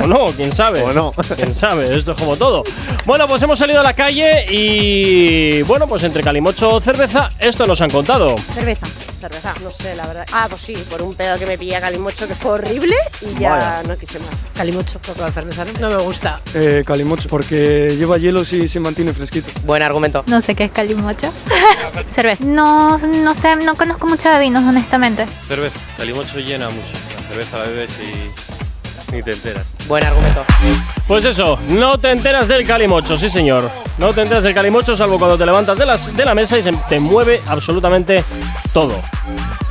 O no, quién sabe. O no. Quién sabe, esto es como todo. Bueno, pues hemos salido a la calle y. Bueno, pues entre calimocho cerveza, esto nos han contado. Cerveza. Cerveza, no sé, la verdad. Ah, pues sí, por un pedo que me pilla Calimocho que fue horrible y ya Vaya. no quise más. Calimocho, poco de cerveza, ¿no? No me gusta. Eh, Calimocho, porque lleva hielos y se mantiene fresquito. Buen argumento. No sé qué es calimocho. Cerveza. No, no sé, no conozco mucho de vinos, honestamente. Cerveza. Calimocho llena mucho. La cerveza la bebes y ni te enteras. Buen argumento. Pues eso, no te enteras del calimocho, sí señor. No te enteras del calimocho, salvo cuando te levantas de, las, de la mesa y se te mueve absolutamente todo.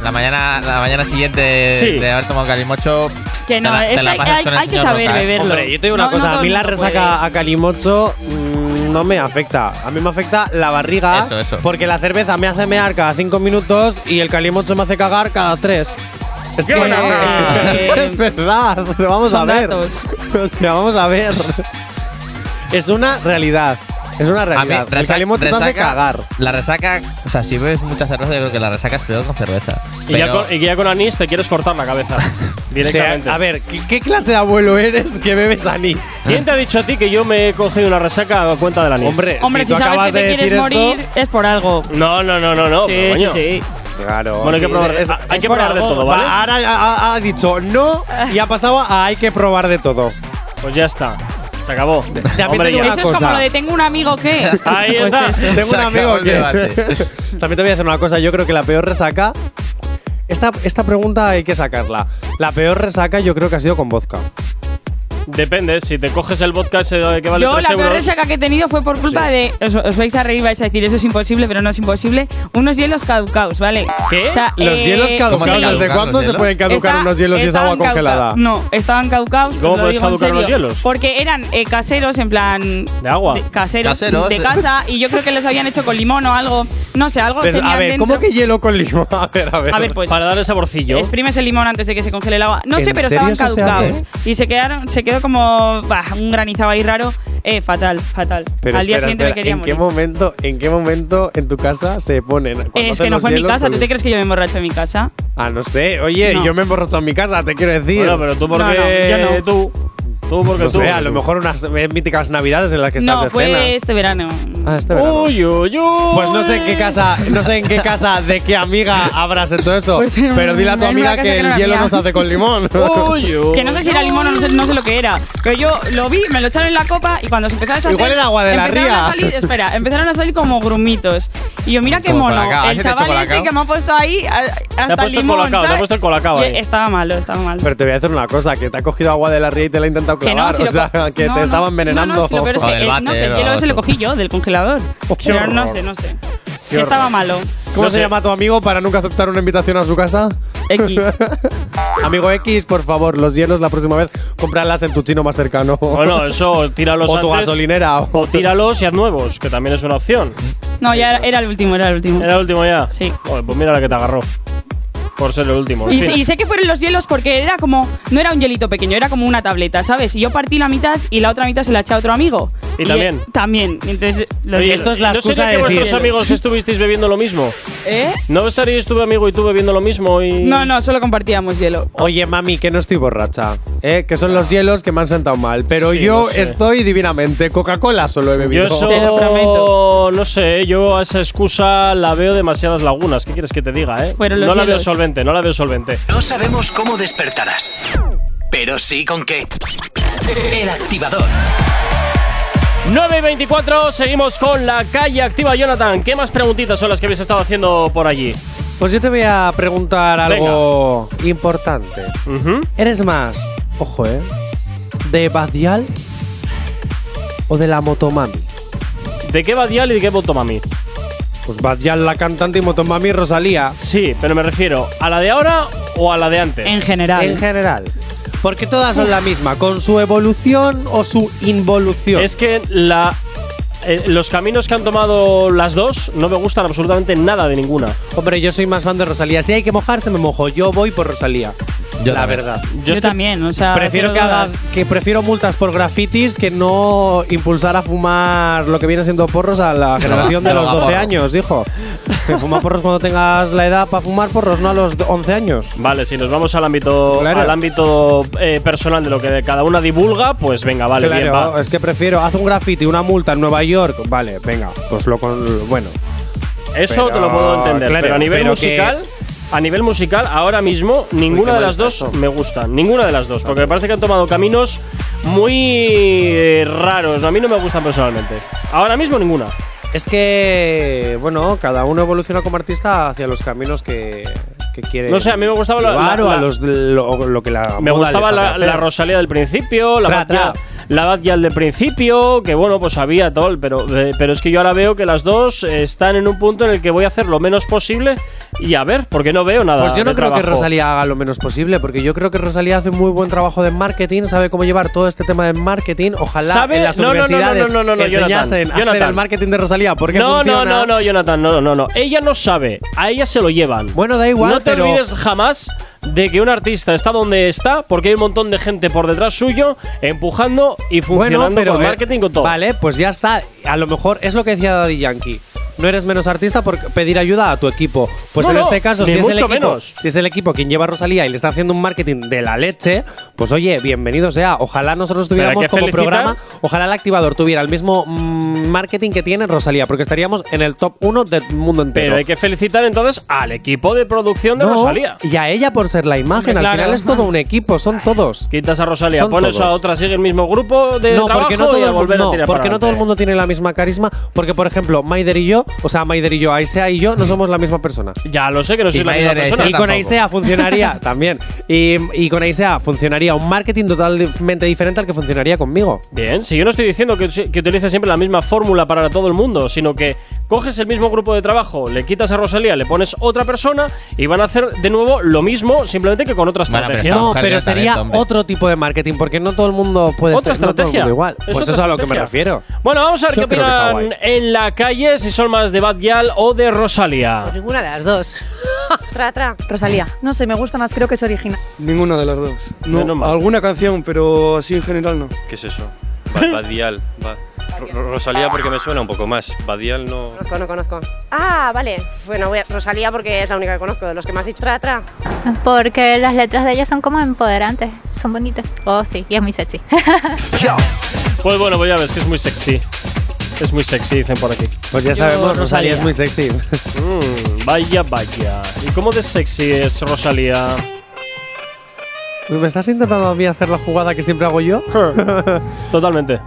La mañana, la mañana siguiente Sí. de haber tomado calimocho. Que no, te la- es te que la hay, pasas hay- con el hay que señor saber Roca, ¿eh? beberlo. Hombre, yo te digo una No- no cosa. todo a mí el la mundo resaca puede. a calimocho mm, no me afecta. A mí me afecta la barriga. Eso, eso. Porque la cerveza me hace mear cada cinco minutos y el calimocho me hace cagar cada tres. Es que, eh, <laughs> es, que es verdad. <laughs> Vamos Son a ver. datos. <laughs> O sea, vamos a ver. Es una realidad. Es una A mí, realidad. el resaca- calimocho te hace resaca- cagar. La resaca, o sea, si bebes mucha cerveza, yo creo que la resaca es peor con cerveza. Y ya, Pero- con, y ya con anís te quieres cortar la cabeza. O sea, directamente. a ver, ¿qué, qué clase de abuelo eres que bebes anís? ¿Quién te ha dicho a ti que yo me he cogido una resaca a cuenta del anís? Hombre, Hombre, eh, si si, tú sabes que acabas de te decir quieres esto- morir, es por algo. No, no, no, no, no. pero sí, sí, coño. sí. Claro. Bueno, hay que sí, probar, es- a- hay que por probar de algo. todo, Va, ¿vale? ahora ha, ha- ha dicho no y ha pasado a hay que probar de todo. Pues ya está. Se acabó. Hombre, digo ya. una Eso es cosa. Ah, como lo de tengo un amigo <laughs> que. Ahí Pues está. eso. Tengo un acabó amigo el que. debate. <laughs> También te voy a decir una cosa. Yo creo que la peor resaca. Esta, esta pregunta hay que sacarla. La peor resaca yo creo que ha sido con vodka. Depende, si te coges el vodka ese que vale Yo 3 pues la peor euros. resaca que he tenido fue por culpa de. Os, os vais a reír, vais a decir, eso es imposible, pero no es imposible. Unos hielos caducaos, ¿vale? ¿Qué? Los eh, hielos ¿cómo caducados. se ¿Desde caducan cuándo los se hielos? pueden caducar Esta- unos hielos si es estaban agua congelada? caducados. No, estaban caducados. ¿Cómo os lo puedes digo en caducar los serio. hielos? Porque eran eh, caseros, en plan. ¿De agua? caseros, Caseros. de casa. y yo creo que los habían hecho con limón o algo. No sé, algo Pues, tenían a ver, dentro. ¿cómo que hielo con limón? <laughs> A ver, a ver. A ver, pues. Para darle saborcillo. Exprimes el limón antes de que se congele el agua. No sé, ¿En pero serio estaban eso se caducados. hace? Y se quedaron, se quedó como bah, un granizado ahí raro. Eh, fatal, fatal. Pero Al día espera, siguiente espera, me quería ¿en qué morir. momento, en qué momento en tu casa se ponen? cuando Eh, es hacen que no los fue en mi hielos pues- casa. con ¿Tú te lim- crees que yo me emborracho en mi casa? Ah, no sé. Oye, No. yo me he emborrachado en mi casa, te quiero decir. Bueno, pero tú No, porque no, yo no. tú. Tú porque No tú. sé, a lo mejor unas eh, míticas navidades en las que estás no, de fue cena. este verano. Ah, este verano. Uy, uy, uy. Pues no sé en qué casa, no sé en qué casa de qué amiga habrás hecho eso. Pues en pero dile a tu una amiga casa que que no el era hielo mía. no se hace con limón. <laughs> Uy, uy. Que no sé si era limón o no sé, no sé lo que era. Pero yo lo vi, me lo echaron en la copa y cuando se empezaba a deshacer, Igual era agua de la empezaron ría. A salir, espera, empezaron a salir como grumitos. Y yo, mira qué Como mono. colacao, el ese te chaval echó este colacao. que me ha puesto ahí a- hasta puesto el limón, colacao, te ha ¿sabes? puesto el colacao Y ahí. Estaba malo, estaba malo. Pero te voy a decir una cosa, que te ha cogido agua de la ría y te la ha intentado Que no, clavar. si o lo sea, co- que no, te no. estaba envenenando. No, no, si lo peor es O que del el, no, váter que el o hielo algo ese lo así. cogí yo del congelador. qué Pero no horror. sé, no sé. Qué Estaba horror. malo. ¿Cómo No se sé. llama tu amigo para nunca aceptar una invitación a su casa? X. Amigo X, por favor, los hielos la próxima vez, cómpralas en tu chino más cercano. Bueno, eso, tíralos o tu antes, gasolinera. o- O tíralos y haz nuevos, que también es una opción. No, ya era, era el último, era el último. ¿Era el último ya? Sí. Joder, pues mira la que te agarró. Por ser el último. en Y, fin. sé- y sé que fueron los hielos porque era como. No era un hielito pequeño, era como una tableta, ¿sabes? Y yo partí la mitad y la otra mitad se la eché a otro amigo. eh, ¿Y también? También. Entonces, los Oye, hielos. esto es la ¿no excusa sería de que decir- vuestros amigos estuvisteis bebiendo lo mismo? <laughs> ¿Eh? ¿No estaríais tu amigo y tú bebiendo lo mismo? Y... No, no, solo compartíamos hielo. Oye, mami, que no estoy borracha. ¿eh? Que son los hielos que me han sentado mal. Pero Ah. Sí, yo lo sé. estoy divinamente. Coca-Cola solo he bebido. Yo eso, Te lo prometo. no sé, yo a esa excusa la veo demasiadas lagunas. ¿Qué quieres que te diga, eh? Fueron los no la veo hielos. solvente, no la veo solvente. No sabemos cómo despertarás, pero sí con qué. El activador. 9 y 24, seguimos con la calle activa. Jonathan, ¿qué más preguntitas son las que habéis estado haciendo por allí? Pues yo te voy a preguntar Venga. algo importante. Ujú. ¿Eres más, ojo, eh, de Badial o de la Motomami? ¿De qué va Dial y de qué Motomami? Pues Bad Gyal, la cantante y Motomami Rosalía. Sí, pero me refiero a la de ahora o a la de antes. En general. En general. Porque todas son la misma, con su evolución o su involución. Es que la, eh, los caminos que han tomado las dos no me gustan absolutamente nada de ninguna. Hombre, yo soy más fan de Rosalía. Si hay que mojarse, me mojo. Yo voy por Rosalía. Yo la también. verdad. Yo, también, o sea. Prefiero que, cero haga- dudas. que prefiero multas por grafitis que no impulsar a fumar lo que viene siendo porros a <laughs> la generación de Droga los 12 porro. años, dijo. Que fuma porros cuando tengas la edad para fumar porros, no a los 11 años. Vale, si nos vamos al ámbito Claro. al ámbito eh, personal de lo que cada una divulga, pues venga, vale, claro, bien, va. es que prefiero haz un graffiti, una multa en Nueva York, vale, venga, pues lo con bueno. Eso te lo pero- puedo entender, claro, pero a nivel pero musical, a nivel musical ahora mismo qué ninguna de mal las dos me gusta, ninguna de las dos, porque me parece que han tomado caminos muy eh, raros, a mí no me gustan personalmente. Ahora mismo ninguna. Es que bueno, cada uno evoluciona como artista hacia los caminos que, que quiere. No sé, a mí me gustaba la- llevar la- o a la- los lo, lo que la Me moda gustaba les hace la, hacer. la Rosalía del principio, la Tra, Bad tra. Gyal- la Bad Gyal del principio, que bueno, pues había todo, pero, eh, pero es que yo ahora veo que las dos eh, están en un punto en el que voy a hacer lo menos posible y a ver, porque no veo nada. Pues yo no de creo que trabajo. Rosalía haga lo menos posible, porque yo creo que Rosalía hace un muy buen trabajo de marketing, sabe cómo llevar todo este tema de marketing. Ojalá ¿Sabe? en las No, no, no, no, universidades no, no, no, no, Jonathan, enseñasen a hacer Jonathan. el marketing de Rosalía, porque No, no, funciona. no, no, Jonathan, no, no, no. Ella no sabe, a ella se lo llevan. Bueno, da igual, No te pero- olvides jamás de que un artista está donde está porque hay un montón de gente por detrás suyo empujando y funcionando Bueno, pero con eh, marketing con todo. Vale, pues ya está. A lo mejor es lo que decía Daddy Yankee. No eres menos artista por pedir ayuda a tu equipo. Pues No, en no, este caso, ni si es, el mucho equipo, menos. si es el equipo quien lleva a Rosalía y le está haciendo un marketing de la leche, pues oye, bienvenido sea. Ojalá nosotros Pero hay tuviéramos que como felicitar- programa, ojalá el activador tuviera el mismo mm, marketing que tiene Rosalía, porque estaríamos en el top 1 del mundo entero. Pero hay que felicitar entonces al equipo de producción de No, Rosalía. Y a ella por ser la imagen. Hombre, Al claro. final es todo un equipo, son todos. Quitas a Rosalía, Son pones a todos. otra, sigue el mismo grupo de no, trabajo porque no todo, y a el, mu- volver a no, tirar porque para no todo el adelante. mundo tiene la misma carisma. Porque, por ejemplo, Maider y yo, o sea, Maider y yo, Aisea y yo, no somos la misma persona. Ya lo sé que Mm. no soy Y la Maider misma es persona. Yo Y con tampoco. <laughs> Aisea funcionaría también. Y, y con Aisea funcionaría un marketing totalmente diferente al que funcionaría conmigo. Bien, si yo no estoy diciendo que, que utilices siempre la misma fórmula para todo el mundo, sino que coges el mismo grupo de trabajo, le quitas a Rosalía, le pones otra persona y van a hacer de nuevo lo mismo, simplemente que con otra Bueno, pero estrategia. esta No, mujer pero ya sabe, sería hombre. otro tipo de marketing, porque no todo el mundo puede Otra ser no todo el estrategia. mundo igual. Es Pues otra eso es a lo que me estrategia. refiero. Bueno, vamos a ver Yo qué creo que está opinan en la calle, si son más de Bad Gyal o de Rosalía. Ninguna de las dos. Tra, tra. Rosalía. No sé, me gusta más, creo que es original. Ninguna de las dos. Menos No, mal. alguna canción, pero así en general no. ¿Qué es eso? Ba- Badial. Ba- Ro- Ro- Rosalía porque me suena un poco más. Badial no. Conozco, no conozco. Ah, vale. Bueno, voy a Rosalía porque es la única que conozco de los que más has dicho. Tra, tra. Porque las letras de ella son como empoderantes, son bonitas. Oh, sí, y es muy sexy. Pues bueno, pues ya ves que es muy sexy. Es muy sexy, dicen por aquí. Pues ya Yo, sabemos, Rosalía. Rosalía es muy sexy. Mm, vaya, vaya. ¿Y cómo de sexy es Rosalía? Uy, ¿Me estás intentando a mí hacer la jugada que siempre hago yo? <laughs> Totalmente.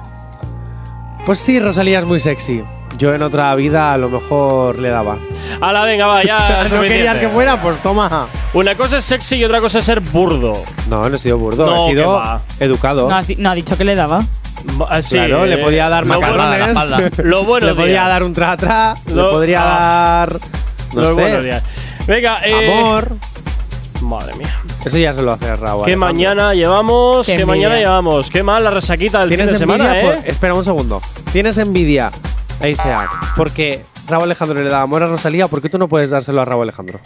Pues sí, Rosalía es muy sexy. Yo en otra vida a lo mejor le daba. Hala, venga, va, <laughs> ya. Ah, no querías suficiente. que fuera, pues toma. Una cosa es sexy y otra cosa es ser burdo. No, no he sido burdo, No, he que sido va. educado. No, ha, di- no ha dicho que le daba. Ah, sí, claro, le eh, podía dar lo bueno- macarrones, la espalda. <laughs> Lo bueno le podía días. dar un tratra, Lo- le podría ah. dar no Los sé, buenos días. Venga, eh, amor. Madre mía. Eso ya se lo hace Raúl. qué mañana llevamos, Qué qué, mañana envidia. llevamos. Qué mal la resaquita del fin Tienes de semana, envidia. ¿eh? por- espera un segundo. Tienes envidia. Ahí sea, porque Raúl Alejandro le da amor a Rosalía, ¿por qué tú no puedes dárselo a Raúl Alejandro?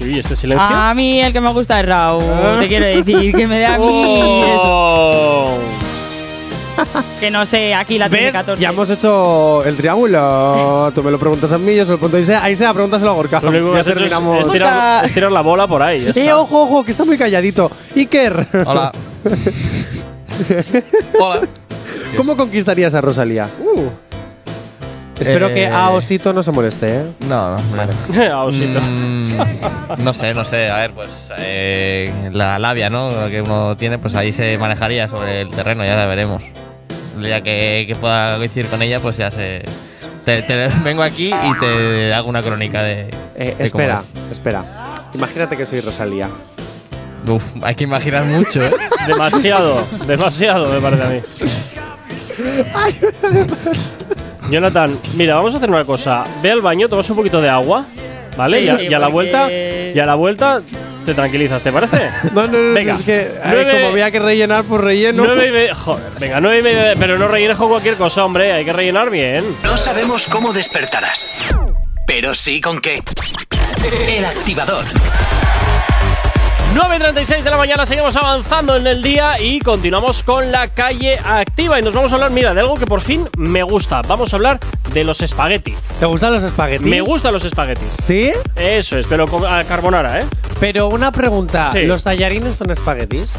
Uy, este silencio. Ah, A mí el que me gusta es Raúl. Te quiero decir que me dé <laughs> a mí. eso. Oh. Es que no sé, aquí la tiene ¿Ves? 14. Ya hemos hecho el triángulo. tú me lo preguntas a mí, yo se lo pregunto a Isea. A Isea, pregúntaselo a Gorka. Lo único que ya has hecho es- terminamos. es tirar, es tirar la bola por ahí. ya Eh, está. ojo, ojo, que está muy calladito. Iker, <laughs> Hola. Hola. ¿cómo conquistarías a Rosalía? Espero Eh, que a Osito no se moleste, ¿eh? No, no. no. <laughs> Ah, osito. Mm, no sé, no sé. A ver, pues eh, la labia, ¿no? Que uno tiene, pues ahí se manejaría sobre el terreno, ya la veremos. El día que, que pueda coincidir con ella, pues ya se. Te, te- <laughs> vengo aquí y te hago una crónica de. Eh, de cómo espera, es. espera. Imagínate que soy Rosalía. Uf, hay que imaginar mucho, <laughs> ¿eh? Demasiado, demasiado me parece a mí. Jonathan, mira, vamos a hacer una cosa. Ve al baño, tomas un poquito de agua, ¿vale? Sí, y, a, sí, y a la porque- vuelta, y a la vuelta te tranquilizas, ¿te <laughs> parece? No, no, no, Venga, es que ay, nueve- como había que rellenar, pues relleno. Nueve y media- joder, venga, nueve y media, pero no rellenes con cualquier cosa, hombre, hay que rellenar bien. No sabemos cómo despertarás, pero sí con qué. El activador. 9.36 de la mañana, seguimos avanzando en el día y continuamos con la calle activa. Y nos vamos a hablar, mira, de algo que por fin me gusta. Vamos a hablar de los espagueti. ¿Te gustan los espaguetis? Me gustan los espaguetis. ¿Sí? Eso es, pero con a carbonara, ¿eh? Pero una pregunta, Sí. ¿los tallarines son espaguetis?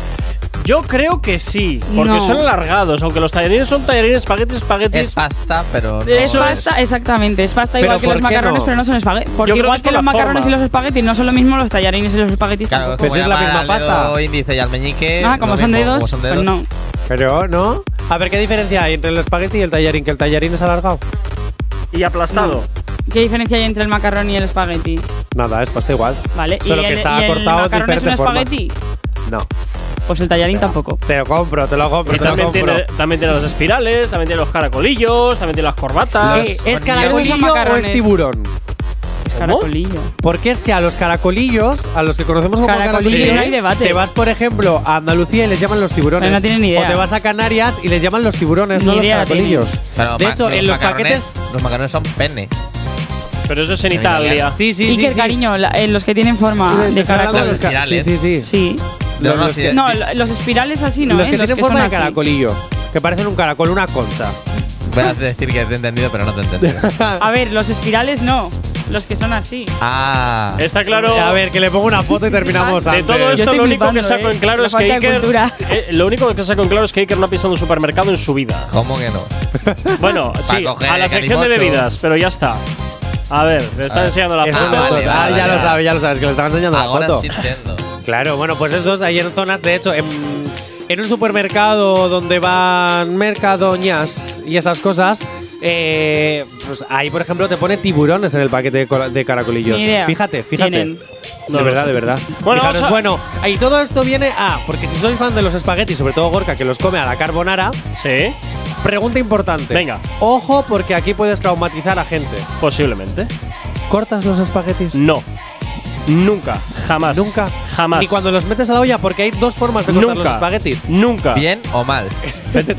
Yo creo que sí, porque No. son alargados, aunque los tallarines son tallarines, espaguetis, espaguetis. Es pasta, pero no. Eso es pasta, exactamente. Es pasta Pero igual que ¿por los qué macarrones, no? pero no son espaguetis. Porque creo que igual es que por los la macarrones forma. y los espaguetis no son lo mismo los tallarines y los espaguetis. Claro, pues tampoco. como llamar al dedo índice y al meñique. Ah, como lo son mismo, dedos, como son pues dedos. no. Pero, ¿no? A ver, ¿qué diferencia hay entre el espagueti y el tallarín? Que el tallarín es alargado. Y aplastado. ¿Qué diferencia hay entre el macarrón y el espagueti? Nada, es pasta igual. Vale, Solo y que el, está y el cortado de macarrón es un diferente forma. espagueti. No. Pues el tallarín tampoco. Te lo compro, te lo compro, Y te lo también compro. tiene, también tiene los espirales, también tiene los caracolillos, también tiene las corbatas. Eh, ¿Es caracolillo o es tiburón? Es caracolillo. Porque es que a los caracolillos, a los que conocemos como Caracolillo, no hay debate. te vas, por ejemplo, a Andalucía y les llaman los tiburones. Pero no tienen ni idea. O te vas a Canarias y les llaman los tiburones, no los caracolillos. Pero de ma- hecho, en los macarrones- paquetes. Los macarrones son pene. Pero eso es en Italia. Sí, sí, Iker, sí. sí. cariño, la- eh, los que tienen forma de caracol. Los ca- Sí, sí, sí. Sí. No, no, sí, No, lo- los espirales así no, los ¿eh? que tienen forma son de así. caracolillo. Que parecen un caracol, una concha. Voy a decir que te he entendido, pero no te he entendido. <laughs> A ver, los espirales no. Los que son así. Ah. Está claro. A ver, que le pongo una foto y terminamos De antes. todo esto, lo único que flipando, saco ¿eh? en claro La es que falta de Iker. cultura. eh, lo único que saco en claro es que Iker no ha pisado un supermercado en su vida. ¿Cómo que no? Bueno, sí, coger a la el sección de calimocho. bebidas, pero ya está. A ver, te Ah, está enseñando la eso foto. no, ah, ya lo sabes, ya lo sabes, que le estaba enseñando Ahora la foto. sí entiendo. Claro, bueno, pues esos hay en zonas, de hecho, en, en un supermercado donde van mercadoñas y esas cosas, eh, pues ahí, por ejemplo, te pone tiburones en el paquete de, cola- de caracolillos. Ni idea. Fíjate, fíjate. Tienen. No lo de verdad, sé. de verdad. Bueno, Fijaros, vamos a- bueno, y todo esto viene a, porque si soy fan de los espaguetis, sobre todo Gorka, que los come a la carbonara, Sí, pregunta importante. Venga. Ojo, porque aquí puedes traumatizar a gente. posiblemente. ¿Cortas los espaguetis? No. Nunca, jamás. Nunca. Jamás. Ni cuando los metes a la olla, porque hay dos formas de cortar los Nunca. espaguetis. Nunca. <laughs> ¿Bien o mal?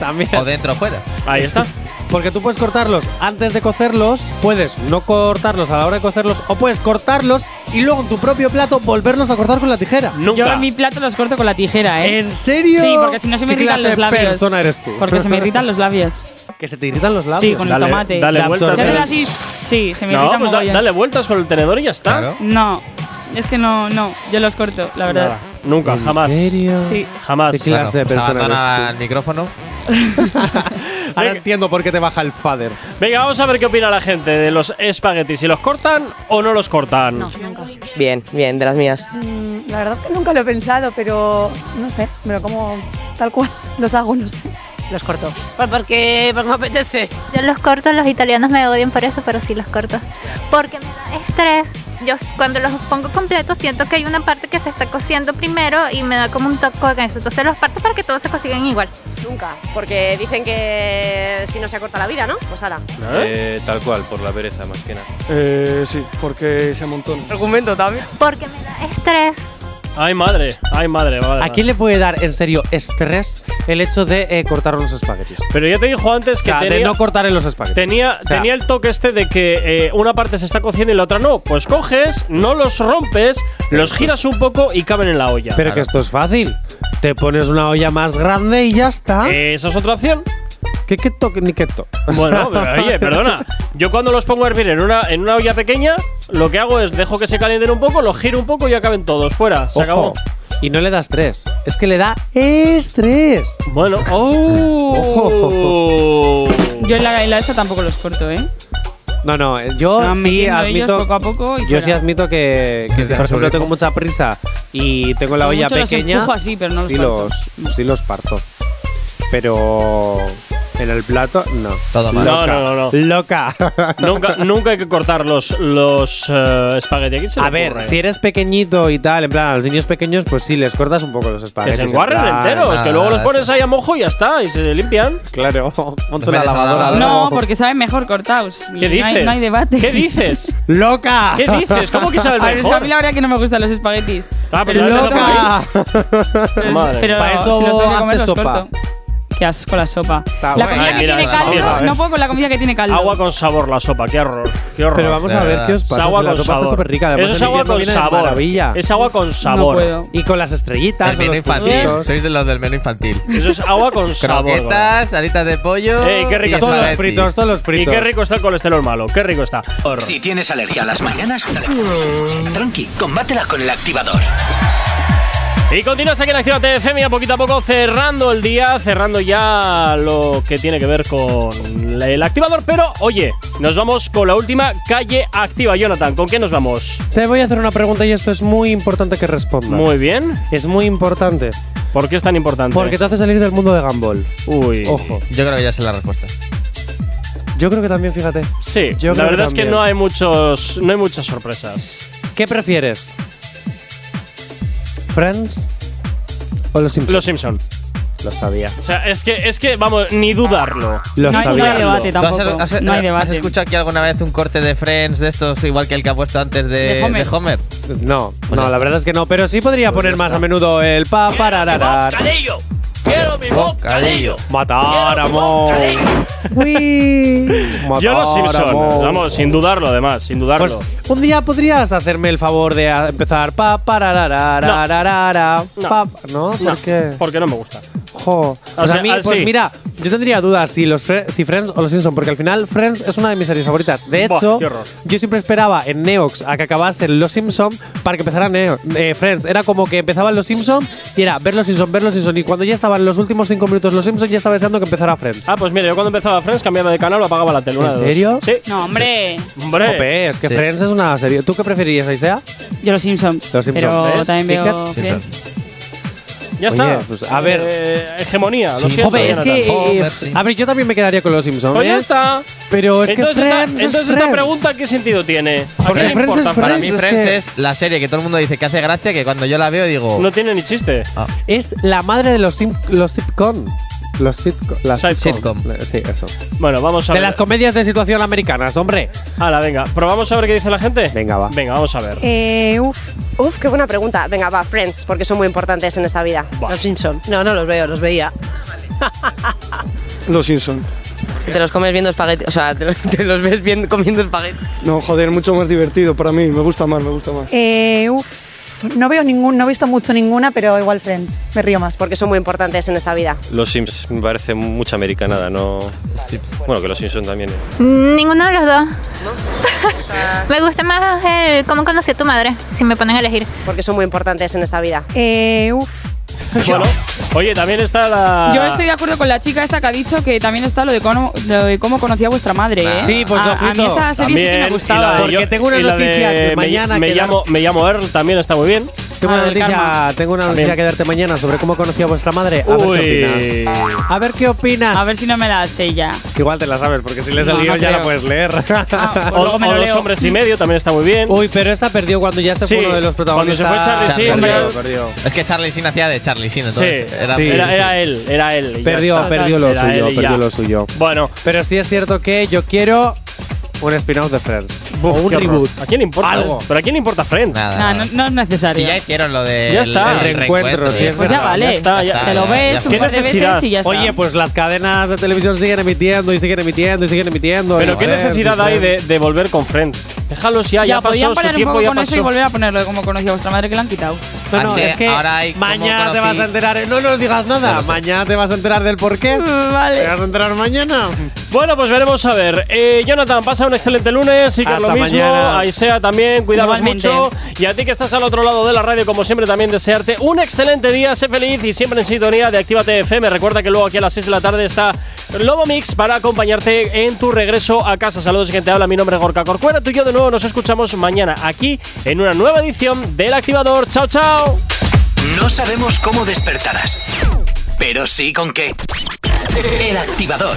También. ¿O dentro o fuera? Ahí está. Porque tú puedes cortarlos antes de cocerlos, puedes no cortarlos a la hora de cocerlos, o puedes cortarlos y luego en tu propio plato volverlos a cortar con la tijera. Yo Nunca. en mi plato los corto con la tijera, ¿eh? ¿En serio? Sí, porque si no se me ¿Qué irritan clase los de labios. persona eres tú? Porque se me irritan los labios. Que se te irritan los labios. Sí, con Dale- el tomate. dale La vueltas absorción. en el- así, sí, se me No, irrita pues da- mogollón. dale vueltas con el tenedor y ya está. Claro. No, es que no, no. Yo los corto, la verdad. Nada. Nunca, jamás. ¿En serio? Sí. Jamás. ¿Qué <laughs> clase de Pues persona eres abandona tú? el micrófono. Ahora entiendo por qué te baja el fader. Venga, vamos a ver qué opina la gente de los espaguetis. ¿Si los cortan o no los cortan? Bien, bien, de las mías. Mm, La verdad que nunca lo he pensado, pero no sé, me lo como tal cual. <laughs> Los hago, no sé. Los corto. Pues porque pues me apetece. Yo los corto, los italianos me odian por eso, pero sí los corto. Porque me da estrés. Yo s- cuando los pongo completos siento que hay una parte que se está cociendo primero y me da como un toque con eso. Entonces los parto para que todos se consigan igual. Nunca, porque dicen que si no se acorta la vida, ¿no? Pues ahora. Eh, tal cual, por la pereza, más que nada. Eh, sí, porque se amontona. Argumento también. Porque me da estrés. Ay, madre. Ay, madre. madre, ¿A madre. quién le puede dar en serio estrés el hecho de eh, cortar unos espaguetis? Pero ya te dijo antes O que sea, de tenía, no cortar en los espaguetis. tenía, O sea, tenía el toque este de que eh, una parte se está cociendo y la otra no. Pues coges, no los rompes, los giras un poco y caben en la olla. pues Pero que esto es fácil. Te pones una olla más grande y ya está. Eh, Esa es otra opción. ¿Qué que toque ni que toque? <laughs> Bueno, pero, oye, perdona. Yo cuando los pongo a hervir en una, en una olla pequeña, lo que hago es dejo que se calienten un poco, los giro un poco y acaben todos. Fuera, se Ojo, acabó. Y no le das tres. Es que le da estrés. Bueno, oh. Yo en la, en la esta tampoco los corto, ¿eh? No, no, eh, yo Van sí metiendo ellos admito. poco a poco y yo fuera. sí admito que, que Que si, se por ejemplo, resuelve. tengo mucha prisa y tengo la Con olla mucho los pequeña. empujo así, pero no los sí, parto. los, sí los parto. Pero. En el plato, no. Todo mal. No, no, no, no. Loca. Nunca, nunca hay que cortar los, los eh, espagueti. ¿A quién <laughs> se le A ver, ocurre? si eres pequeñito y tal, en plan, a los niños pequeños, pues sí, les cortas un poco los Que espaguetis. se en enguarren plan, enteros, que luego los ah, pones ahí a mojo y ya está, y se limpian. Claro, monto la lavadora, No, luego. porque saben mejor cortados. Y ¿Qué No hay, dices? no hay debate. ¿Qué dices? ¡Loca! ¿Qué <laughs> dices? ¿Cómo que saben <laughs> A ver, es que mejor? a mí la verdad que no me gustan los espaguetis. Ah, pues pero ahora te toca loca. Madre pero mía. Pa' eso si los tengo que hazte comer, los sopa. corto. Qué asco la sopa. la bueno. comida Ay, que mira, tiene la caldo, sopa, a ver. no puedo con la comida que tiene caldo. Agua con sabor la sopa, qué horror. Qué horror. Pero vamos a ver qué os Es pasa. Agua si la con sopa sabor. está súper rica. además Eso es en agua invierno con viene de sabor. Maravilla. Es agua con sabor. puedo. Y con las estrellitas. El menú infantil. Sois de los del menú infantil. Eso es agua con sabor. Croquetas, alitas de pollo. Ey, qué rico y espaguetis. Y qué rico está el colesterol malo, qué rico está. Si tienes alergia a las mañanas, tranqui, combátela con el activador. Y continúas aquí en Actívate FM, ya poquito a poco cerrando el día, cerrando ya lo que tiene que ver con la- el activador. Pero, oye, nos vamos con la última calle activa. Jonathan, ¿con qué nos vamos? Te voy a hacer una pregunta y esto es muy importante que respondas. Muy bien. Es muy importante. ¿Por qué es tan importante? Porque te hace salir del mundo de Gumball. Uy. Ojo. Yo creo que ya sé la respuesta. Yo creo que también, fíjate. Sí, Yo la creo verdad es que también. no hay, muchos, no hay muchas sorpresas. ¿Qué prefieres? ¿Friends o Los Simpsons? Los Simpson. Lo sabía. O sea, es que, es que vamos, ni dudarlo. Lo Ni sabía. dudarlo. ¿Tú Has, has- has escuchado aquí alguna vez un corte de Friends de estos, igual que el que ha puesto antes de, De Homer. No, Pues no, ya la verdad es que no, pero sí Pues podría poner más a menudo el pa para ¡Quiero mi bocadillo! Matar amor. Matar Yo los Simpson, amor. vamos, sin dudarlo además, sin dudarlo. Pues un día podrías hacerme el favor de a- empezar pa para ra, ra, ra, ra, ra, ra, pa- no, ¿por qué? Porque no me gusta. Jo. O Pues a sea, mí, ah, pues sí. mira, yo tendría dudas si los Fre- si Friends o los Simpson, porque al final Friends es una de mis series favoritas. De Buah, hecho, qué horror. yo siempre esperaba en Neox a que acabasen los Simpson para que empezaran Neo- eh, Friends. Era como que empezaban los Simpson y era ver los Simpson, ver los Simpson y cuando ya estaban los últimos cinco minutos los Simpson ya estaba deseando que empezara Friends. Ah, pues mira, yo cuando empezaba Friends cambiaba de canal o apagaba la tele. ¿En una de dos. serio? Sí. No, hombre. Hombre. Jope, es que Friends es una serie. ¿Tú qué preferirías, Aisea? Yo los Simpsons. Los Simpsons. Pero ¿Ves? también veo Ticket. Friends. Ya Oye, está. pues, a ver. Eh, hegemonía, lo Sí, siento. jope, es que. Jonathan. eh, a ver, yo también me quedaría con los Simpsons. Pues ya está. Pero es entonces Pues que esta- Friends. es entonces esta Friends. pregunta, ¿qué sentido tiene? ¿A Porque quién le Friends es importa? Para mí, Friends es la serie que todo el mundo dice que hace gracia, que cuando yo la veo digo. No tiene ni chiste. Es la madre de los, sim- los sitcom. Los sitcom. Las Sitcom. Eh, Sí, eso. Bueno, vamos a De ver. las comedias de situación americanas, hombre. Hala, venga. ¿Probamos a ver qué dice la gente? Venga, va. Venga, vamos a ver. Eh, uf, uf, qué buena pregunta. Venga, va, Friends, porque son muy importantes en esta vida. Los Simpson. No, no los veo, los veía. Los Simpson. Te los comes viendo espagueti. O sea, te, lo- te los ves viendo, comiendo espagueti. No, joder, mucho más divertido para mí. Me gusta más, me gusta más. Eh, uf, no veo ningún, no he visto mucho ninguna, pero igual Friends. Me río más. Porque son muy importantes en esta vida. Los Sims me parece mucha americanada, ¿no? Bueno, que los Sims son también. eh. Ninguno de los dos. me gusta más el cómo conocí a tu madre, si me ponen a elegir. Porque son muy importantes en esta vida. Eh, uf. <laughs> Bueno, oye, también está la. Yo estoy de acuerdo con la chica esta que ha dicho que también está lo de cómo, lo de cómo conocí a vuestra madre. ¿eh? Sí, pues a, a mí ojito. esa serie sí que me También, y gustaba. la de Porque yo- tengo una y la noticia de que me- mañana Me, que llamo, me llamo Earl, también está muy bien. Tengo Ah, una, del karma. noticia, tengo una noticia También. que darte mañana sobre cómo conocí a vuestra madre. A ver qué Uy. opinas. A ver qué opinas. A ver si no me la sé ya. Igual te la sabes, porque si lees No, el guión no ya creo. la puedes leer. <laughs> O, o Dos Hombres y Medio también está muy bien. Uy, pero esa perdió cuando ya se Sí, fue uno de los cuando se protagonistas. fue Charlie Sheen, perdió, pero- perdió. Es que Charlie Sin hacía de Charlie Sin, Sí, entonces. era, era- era él, era él. y ya Perdió, está. perdió lo Era suyo, él y ya. perdió lo suyo. Bueno, Pero sí es cierto que yo quiero un spin-off de Friends. Buf, o un qué horror. reboot. ¿A quién le importa? Algo. ¿Pero a quién le importa Friends? Nah, no, no es necesario. Si ya hicieron lo de. Ya está. El reencuentro, sí, es pues ya verdad. vale. Ya está, ya- Te lo ya ves está. un ¿Qué par de veces necesidad? y ya está. Oye, pues las cadenas de televisión siguen emitiendo y siguen emitiendo y siguen emitiendo. Pero Y qué Friends, necesidad y hay de, Friends. de volver con Friends. Déjalos ya, ya, ya podían pasó su parar un tiempo, poco ya con eso y pasó. volver a ponerlo de cómo conocí a vuestra madre que la han quitado. <laughs> No, no, Antes- es que ahora hay como mañana te conocí- vas a enterar. No nos digas nada. Mañana te vas a enterar del porqué. Vale. Te vas a enterar mañana. Bueno, pues veremos a ver. Eh, Jonathan, pasa un excelente lunes, sigue Hasta lo mismo. mañana. Aisea también, cuidaos Igualmente. mucho. Y a ti que estás al otro lado de la radio, como siempre, también desearte un excelente día, sé feliz y siempre en sintonía de Actívate FM. Recuerda que luego aquí a las 6 de la tarde está Lobo Mix para acompañarte en tu regreso a casa. Saludos, gente. Habla, mi nombre es Gorka Corcuera. Tú y yo de nuevo nos escuchamos mañana aquí en una nueva edición del Activador. ¡Chao, chao! No sabemos cómo despertarás, pero sí con qué. El activador.